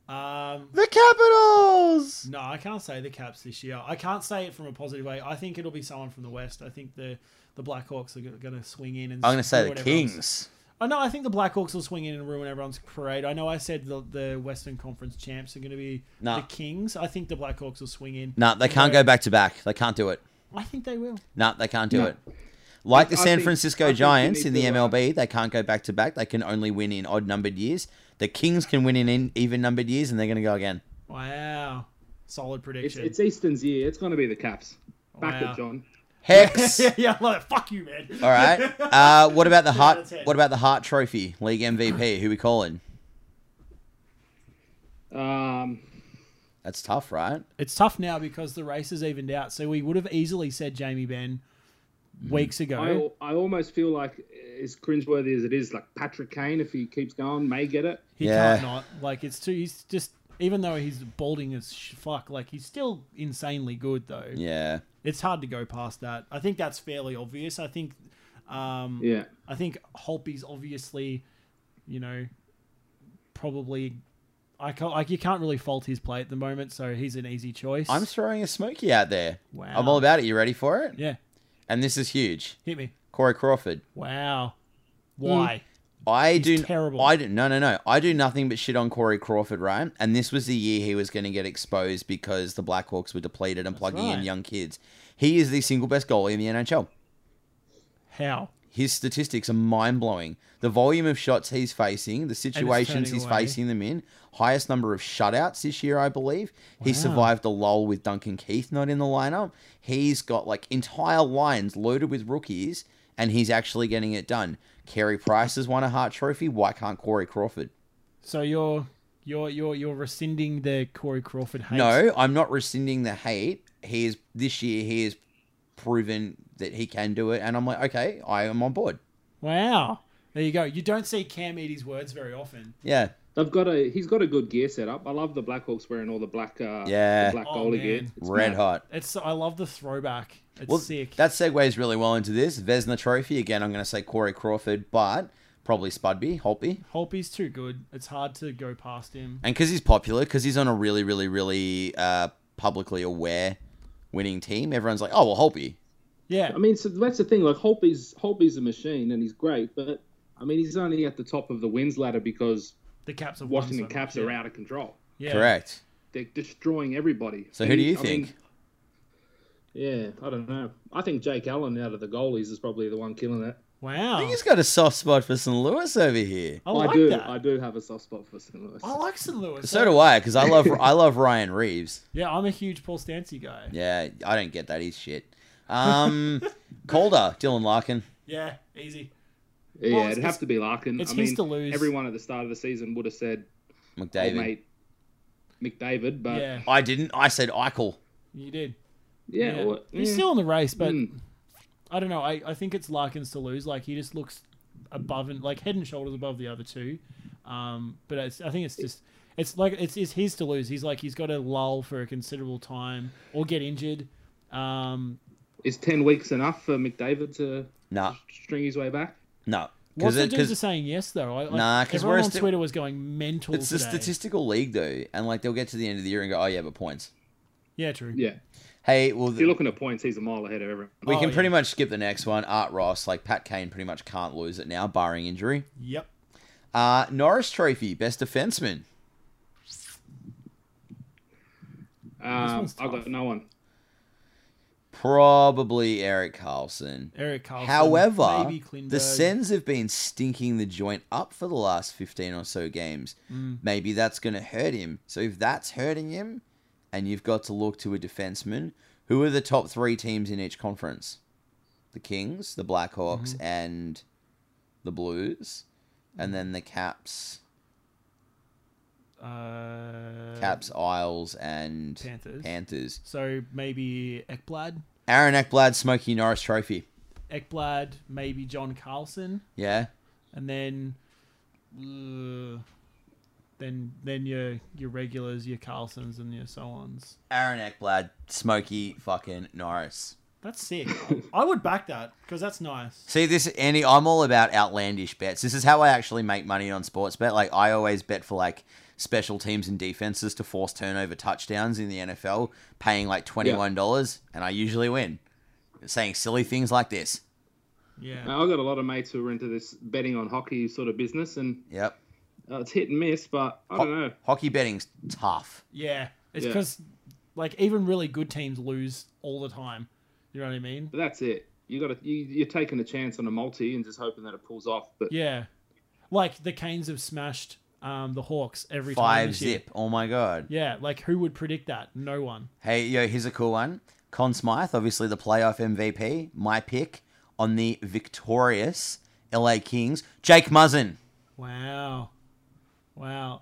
Speaker 1: Um,
Speaker 3: The Capitals.
Speaker 1: No, I can't say the Caps this year. I can't say it from a positive way. I think it'll be someone from the West. I think the the Blackhawks are going to swing in and.
Speaker 3: I'm going to say
Speaker 1: ruin
Speaker 3: the
Speaker 1: everyone's-
Speaker 3: Kings.
Speaker 1: I know. I think the Blackhawks will swing in and ruin everyone's parade. I know. I said the the Western Conference champs are going to be
Speaker 3: Nah.
Speaker 1: the Kings. I think the Blackhawks will swing in.
Speaker 3: No, they can't go back to back. They can't do it.
Speaker 1: I think they will.
Speaker 3: No, they can't do
Speaker 4: No.
Speaker 3: it. Like the
Speaker 4: I
Speaker 3: San
Speaker 4: think- I
Speaker 3: Francisco
Speaker 4: think you
Speaker 3: Giants
Speaker 4: need
Speaker 3: in the
Speaker 4: to, uh,
Speaker 3: MLB, they can't go back to back. They can only win in odd numbered years. The Kings can win in, in even numbered years, and they're going to go again.
Speaker 1: Wow, solid
Speaker 4: It's,
Speaker 1: prediction.
Speaker 4: it's Easton's year. It's going to be the Caps. Back
Speaker 1: Wow.
Speaker 4: it, John.
Speaker 1: [LAUGHS] [LAUGHS]
Speaker 3: Hex.
Speaker 1: yeah, yeah, I love it. Fuck you, man.
Speaker 3: All right. Uh, what about the
Speaker 1: out of
Speaker 3: Hart?
Speaker 1: ten.
Speaker 3: What about the Hart Trophy League MVP? Who we calling?
Speaker 4: Um,
Speaker 3: That's tough, right?
Speaker 1: It's tough now because the race is evened out. So we would have easily said Jamie Ben
Speaker 3: Mm.
Speaker 1: weeks ago.
Speaker 4: I, al- I almost feel like as cringeworthy as it is, like Patrick Kane, if he keeps going, may get it.
Speaker 1: He
Speaker 3: Yeah.
Speaker 1: can't not. Like it's too. He's just even though he's balding as sh- fuck. Like he's still insanely good though.
Speaker 3: Yeah.
Speaker 1: It's hard to go past that. I think that's fairly obvious. I think. Um,
Speaker 4: Yeah.
Speaker 1: I think Holpe's obviously, you know, probably. I can't, like you can't really fault his play at the moment, so he's an easy choice.
Speaker 3: I'm throwing a smoky out there.
Speaker 1: Wow.
Speaker 3: I'm all about it. You ready for it?
Speaker 1: yeah,
Speaker 3: And this is huge.
Speaker 1: hit me.
Speaker 3: Corey Crawford.
Speaker 1: Wow,
Speaker 3: Mm.
Speaker 1: why?
Speaker 3: I do
Speaker 1: terrible.
Speaker 3: I do no no no. I do nothing but shit on Corey Crawford, right? And this was the year he was going to get exposed because the Blackhawks were depleted and plugging in
Speaker 1: right.
Speaker 3: young kids. He is the single best goalie in the NHL.
Speaker 1: How?
Speaker 3: His statistics are mind blowing. The volume of shots he's facing, the situations
Speaker 1: turning
Speaker 3: he's
Speaker 1: away.
Speaker 3: facing them in, highest number of shutouts this year, I believe. He
Speaker 1: Wow.
Speaker 3: survived a lull with Duncan Keith not in the lineup. He's got like entire lines loaded with rookies, and he's actually getting it done. Carey Price has won a Hart Trophy. Why can't Corey Crawford?
Speaker 1: So you're you're you're you're rescinding the Corey Crawford hate?
Speaker 3: No, I'm not rescinding the hate. He is this year. He has proven that he can do it, and I'm like, okay, I am on board.
Speaker 1: Wow. There you go. You don't see Cam eat his words very often.
Speaker 3: Yeah,
Speaker 4: They've got a. He's got a good gear set up. I love the Blackhawks wearing all the black. Uh,
Speaker 3: Yeah.
Speaker 4: The black
Speaker 1: Oh,
Speaker 4: goalie
Speaker 1: man.
Speaker 4: gear. It's
Speaker 3: red
Speaker 4: mad.
Speaker 3: hot.
Speaker 1: It's I love the throwback. It's
Speaker 3: Well,
Speaker 1: sick.
Speaker 3: that segues really well into this Vesna Trophy. Again, I'm going to say Corey Crawford, but probably Spudby, Holtby,
Speaker 1: Holpe's too good. It's hard to go past him.
Speaker 3: and because he's popular, because he's on a really, really, really uh, publicly aware winning team. Everyone's like, oh well, Holtby.
Speaker 1: Yeah.
Speaker 4: I mean, so that's the thing. Like Holby's Holby's a machine and he's great, but I mean, he's only at the top of the wins ladder because
Speaker 1: The Caps have won
Speaker 4: Washington
Speaker 1: so
Speaker 4: Caps
Speaker 1: much,
Speaker 4: are
Speaker 1: yeah.
Speaker 4: out of control.
Speaker 1: Yeah.
Speaker 3: Correct.
Speaker 4: They're destroying everybody.
Speaker 3: So
Speaker 4: And
Speaker 3: who do
Speaker 4: he-
Speaker 3: you
Speaker 4: I
Speaker 3: think?
Speaker 4: mean, yeah, I don't know. I think Jake Allen out of the goalies is probably the one killing it.
Speaker 1: Wow.
Speaker 3: I think he's got a soft spot for St. Louis over here.
Speaker 1: I like
Speaker 4: do.
Speaker 1: that.
Speaker 4: I
Speaker 1: I,
Speaker 4: do have a soft spot for St. Louis.
Speaker 1: like St. Louis.
Speaker 3: So do I, because I love I love Ryan Reeves.
Speaker 1: Yeah, I'm a huge Paul Stancy guy. Yeah.
Speaker 3: Yeah, I don't get that. He's shit.
Speaker 4: [LAUGHS]
Speaker 3: Um, Calder, Dylan Larkin.
Speaker 1: easy.
Speaker 4: yeah,
Speaker 1: well,
Speaker 4: it'd
Speaker 1: it's-
Speaker 4: have to be Larkin.
Speaker 1: it's
Speaker 4: I
Speaker 1: his
Speaker 4: mean,
Speaker 1: to lose.
Speaker 4: Everyone at the start of the season would have said, "Oh,
Speaker 3: McDavid.
Speaker 4: mate, McDavid," but
Speaker 1: yeah,
Speaker 3: I didn't. I said Eichel.
Speaker 1: you did.
Speaker 4: yeah,
Speaker 1: Yeah.
Speaker 4: well,
Speaker 1: He's
Speaker 4: yeah.
Speaker 1: still in the race, but
Speaker 4: Mm.
Speaker 1: I don't know. I, I think it's Larkins to lose. Like he just looks above and like head and shoulders above the other two. Um, but it's, I think it's just it's like it's, it's his to lose. He's like he's got to lull for a considerable time or get injured. Um,
Speaker 4: is ten weeks enough for McDavid to
Speaker 3: Nah,
Speaker 4: string his way back?
Speaker 3: no.
Speaker 1: what
Speaker 3: Because
Speaker 1: the dudes are saying yes though. I, like,
Speaker 3: Nah, 'cause
Speaker 1: everyone
Speaker 3: we're
Speaker 1: on
Speaker 3: still-
Speaker 1: Twitter was going mental.
Speaker 3: it's a
Speaker 1: today.
Speaker 3: statistical league though, and like they'll get to the end of the year and go, oh yeah, but points.
Speaker 1: Yeah, true.
Speaker 4: Yeah.
Speaker 3: Hey, well,
Speaker 4: If you're looking at points, he's a mile ahead of everyone. Um,
Speaker 3: we
Speaker 1: Oh,
Speaker 3: can pretty
Speaker 1: yeah.
Speaker 3: much skip the next one. Art Ross, like Pat Kane, pretty much can't lose it now, barring injury.
Speaker 1: Yep.
Speaker 3: Uh, Norris Trophy, best defenseman.
Speaker 4: Um,
Speaker 1: one's
Speaker 4: I
Speaker 1: tough.
Speaker 4: got no one.
Speaker 3: Probably Eric Carlson.
Speaker 1: Eric Carlson.
Speaker 3: However,
Speaker 1: maybe Klingberg.
Speaker 3: the Sens have been stinking the joint up for the last 15 or so games.
Speaker 1: mm,
Speaker 3: Maybe that's going to hurt him. So if that's hurting him, and you've got to look to a defenseman, who are the top three teams in each conference? The Kings, the Blackhawks,
Speaker 1: Mm-hmm.
Speaker 3: and the Blues. And then the Caps,
Speaker 1: Uh,
Speaker 3: Caps, Isles, and
Speaker 1: Panthers.
Speaker 3: Panthers.
Speaker 1: So maybe Ekblad,
Speaker 3: Aaron Eckblad, Smokey Norris Trophy.
Speaker 1: Ekblad, maybe John Carlson,
Speaker 3: Yeah.
Speaker 1: and then, uh, then then your your regulars, your Carlsons, and your so ons.
Speaker 3: Aaron Eckblad, Smokey fucking Norris.
Speaker 1: That's
Speaker 3: [LAUGHS]
Speaker 1: sick. I would back that because that's nice.
Speaker 3: See this, Andy. I'm all about outlandish bets. This is how I actually make money on sports bet. Like I always bet for like special teams and defenses to force turnover touchdowns in the NFL, paying like twenty one dollars, and I usually win. Saying silly things like this.
Speaker 1: Yeah.
Speaker 4: Now, I've got a lot of mates who are into this betting on hockey sort of business, and
Speaker 3: Yep.
Speaker 4: uh, it's hit and miss, but I don't know.
Speaker 3: Hockey betting's tough.
Speaker 1: Yeah. It's
Speaker 4: Yeah.
Speaker 1: because like even really good teams lose all the time. You know what I mean?
Speaker 4: But that's it. You got to you, you're taking a chance on a multi and just hoping that it pulls off. But
Speaker 1: Yeah. Like the Canes have smashed um, the Hawks every time.
Speaker 3: Five
Speaker 1: this year.
Speaker 3: zip. Oh my god.
Speaker 1: Yeah, like who would predict that? No one.
Speaker 3: Hey, yo, here's a cool one. Con Smythe, obviously the playoff MVP, my pick on the victorious LA Kings, Jake Muzzin.
Speaker 1: Wow. Wow.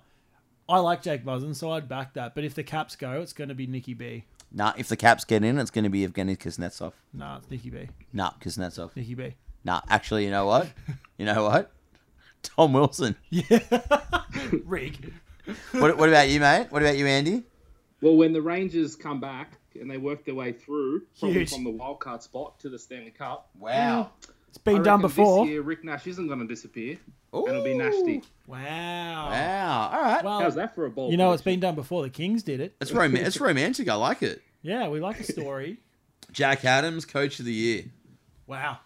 Speaker 1: I like Jake Muzzin, so I'd back that. But if the Caps go, it's going to be Nikki B.
Speaker 3: Nah, if the Caps get in, it's going to be Evgeny Kuznetsov.
Speaker 1: Nah, it's Nikki B.
Speaker 3: Nah, Kuznetsov.
Speaker 1: Nikki [LAUGHS] B.
Speaker 3: Nah, actually, you know what? You know what? [LAUGHS] Tom Wilson.
Speaker 1: [LAUGHS] Rig.
Speaker 3: What, what about you, mate? What about you, Andy?
Speaker 4: well, when the Rangers come back and they work their way through, probably
Speaker 1: Huge.
Speaker 4: from the wild card spot to the Stanley Cup,
Speaker 3: Wow.
Speaker 1: It's
Speaker 4: I
Speaker 1: been done
Speaker 4: reckon
Speaker 1: before.
Speaker 4: This year, Rick Nash isn't going to disappear,
Speaker 3: Ooh.
Speaker 4: and it'll be nasty.
Speaker 1: Wow.
Speaker 3: Wow. All right.
Speaker 1: Well,
Speaker 4: How's that for a ball?
Speaker 1: Oh. you know, it's been
Speaker 4: prediction?
Speaker 1: done before. The Kings did it.
Speaker 3: It's, rom- it's romantic. I like it.
Speaker 1: Yeah, we
Speaker 4: [LAUGHS]
Speaker 1: like a story.
Speaker 3: Jack Adams, Coach of the Year.
Speaker 1: wow.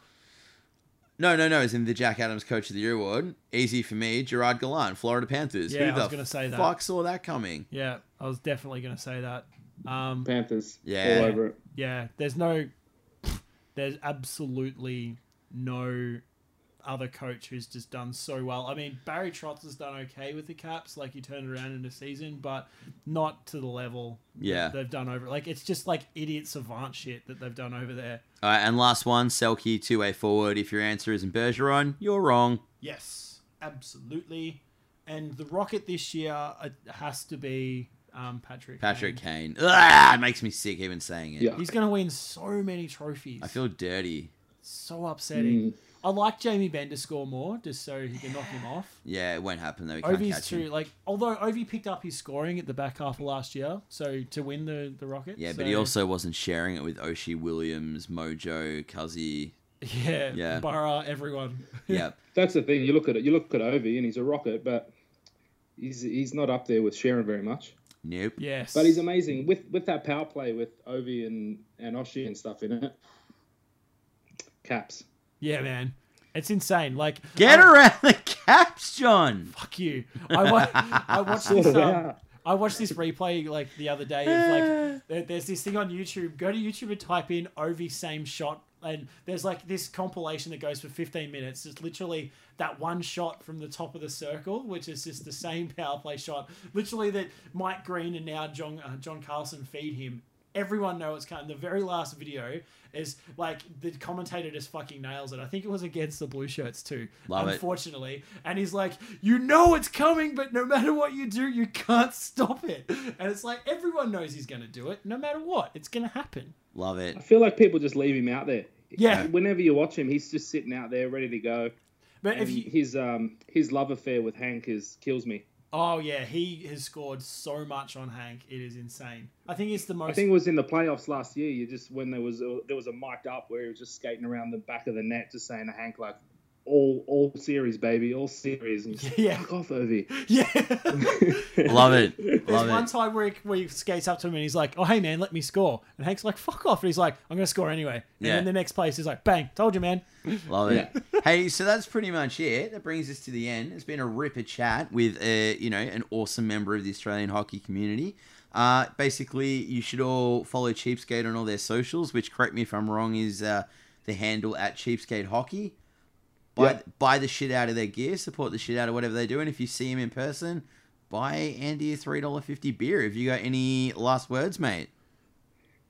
Speaker 3: No, no, no. It's in the Jack Adams Coach of the Year award. Easy for me. Gerard Gallant, Florida Panthers.
Speaker 1: Yeah, I
Speaker 3: Who the
Speaker 1: was gonna say that.
Speaker 3: fuck saw that coming?
Speaker 1: Yeah, I was definitely going to say that. Um,
Speaker 4: Panthers.
Speaker 3: Yeah.
Speaker 4: All over it.
Speaker 1: yeah, there's no, there's absolutely no other coach who's just done so well. I mean, Barry Trotz has done okay with the Caps, like he turned it around in a season, but not to the level
Speaker 3: Yeah.
Speaker 1: they've done over. Like it's just like idiot savant shit that they've done over there.
Speaker 3: All right. And last one, Selkie, two way forward. If your answer isn't Bergeron, you're wrong.
Speaker 1: Yes, absolutely. And the Rocket this year it has to be um, Patrick.
Speaker 3: Patrick
Speaker 1: Kane.
Speaker 3: Kane. Ah, it makes me sick even saying it.
Speaker 4: Yeah.
Speaker 1: He's going to win so many trophies.
Speaker 3: I feel dirty.
Speaker 1: so upsetting.
Speaker 4: Mm.
Speaker 1: I like Jamie Benn to score more, just so he can knock him off.
Speaker 3: Yeah, it won't happen though. We can't
Speaker 1: Ovi's
Speaker 3: catch
Speaker 1: true.
Speaker 3: him.
Speaker 1: Like, although Ovi picked up his scoring at the back half of last year, so to win the the Rocket.
Speaker 3: Yeah,
Speaker 1: so-
Speaker 3: but he also wasn't sharing it with Oshi Williams, Mojo, Cuzzy.
Speaker 1: [LAUGHS] yeah,
Speaker 3: Yeah.
Speaker 1: Barra everyone.
Speaker 3: Yeah.
Speaker 4: That's the thing. You look at it. You look at Ovi, and he's a rocket, but he's he's not up there with Sharon very much.
Speaker 3: Nope.
Speaker 1: yes,
Speaker 4: But he's amazing with with that power play with Ovi and and Oshie and stuff in it. Caps.
Speaker 1: yeah, man, it's insane. Like,
Speaker 3: Get
Speaker 1: I-
Speaker 3: around the [LAUGHS] caps, John.
Speaker 1: Fuck you. I, wa- I
Speaker 4: [LAUGHS]
Speaker 1: watched this. Um,
Speaker 4: Yeah.
Speaker 1: I watched this replay like the other day. Of, like, there- there's this thing on YouTube. Go to YouTube and type in Ovi same shot, and there's like this compilation that goes for 15 minutes. It's literally that one shot from the top of the circle, which is just the same [LAUGHS] power play shot. Literally that Mike Green and now John uh, John Carlson feed him. Everyone knows it's coming. The very last video is like the commentator just fucking nails it. I think it was against the Blue Shirts too.
Speaker 3: Love it.
Speaker 1: unfortunately, and he's like, "You know it's coming, but no matter what you do, you can't stop it." And it's like everyone knows he's gonna do it, no matter what. It's gonna happen.
Speaker 3: Love it.
Speaker 4: I feel like people just leave him out there.
Speaker 1: Yeah.
Speaker 4: Whenever you watch him, he's just sitting out there ready to go.
Speaker 1: But
Speaker 4: And
Speaker 1: if you,
Speaker 4: his um his love affair with Hank is kills me.
Speaker 1: oh yeah, he has scored so much on Hank. It is insane. I think it's the most.
Speaker 4: I think it was in the playoffs last year. You just when there was a, there was a mic up where he was just skating around the back of the net, just saying to Hank like, "All all series, baby, all series." And just,
Speaker 1: Yeah.
Speaker 4: Fuck off, Ovi.
Speaker 1: [LAUGHS]
Speaker 4: [LAUGHS]
Speaker 1: yeah.
Speaker 3: Love it.
Speaker 1: There's one
Speaker 3: Love it.
Speaker 1: time where he, where he skates up to him and he's like, "Oh hey man, let me score." And Hank's like, "Fuck off!" And he's like, "I'm gonna score anyway." And
Speaker 3: Yeah.
Speaker 1: then the next place he's like, "Bang! Told you, man."
Speaker 3: Love it. hey, so that's pretty much it. That brings us to the end. It's been a ripper chat with, uh, you know, an awesome member of the Australian hockey community. Uh, basically, you should all follow Cheapskate on all their socials, which, correct me if I'm wrong, is uh, the handle at Cheapskate Hockey. Buy,
Speaker 2: Yep.
Speaker 3: buy the shit out of their gear, support the shit out of whatever they do, and if you see him in person, buy Andy a $3.50 beer. Have you got any last words, mate?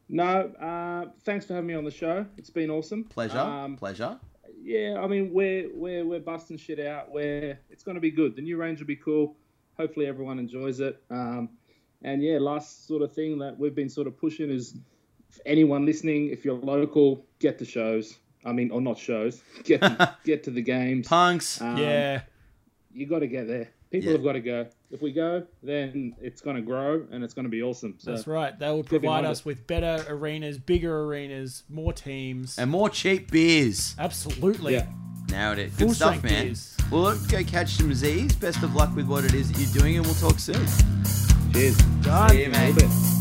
Speaker 4: No, uh, thanks for having me on the show. It's been awesome.
Speaker 3: Pleasure.
Speaker 4: Um,
Speaker 3: pleasure.
Speaker 4: yeah, I mean we're we're we're busting shit out. We're it's going to be good. The new range will be cool. Hopefully everyone enjoys it. Um, and yeah, last sort of thing that we've been sort of pushing is for anyone listening, if you're local, get the shows. I mean, or not shows. [LAUGHS] Get get to the games.
Speaker 3: Punks.
Speaker 4: Um,
Speaker 1: yeah.
Speaker 4: you got to get there. People
Speaker 3: Yeah.
Speaker 4: have got to go. If we go, then it's going to grow and it's going to be awesome. So
Speaker 1: That's right. They will
Speaker 4: Keep in
Speaker 1: provide
Speaker 4: mind
Speaker 1: us
Speaker 4: it.
Speaker 1: with better arenas, bigger arenas, more teams.
Speaker 3: and more cheap beers.
Speaker 1: Absolutely.
Speaker 4: Yeah.
Speaker 3: Nailed it.
Speaker 1: Full
Speaker 3: Good stuff,
Speaker 1: strength
Speaker 3: man.
Speaker 1: beers.
Speaker 3: Well, look, go catch some Z's. Best of luck with what it is that you're doing, and we'll talk soon.
Speaker 4: cheers.
Speaker 1: Done.
Speaker 3: See you, mate.
Speaker 4: Love it.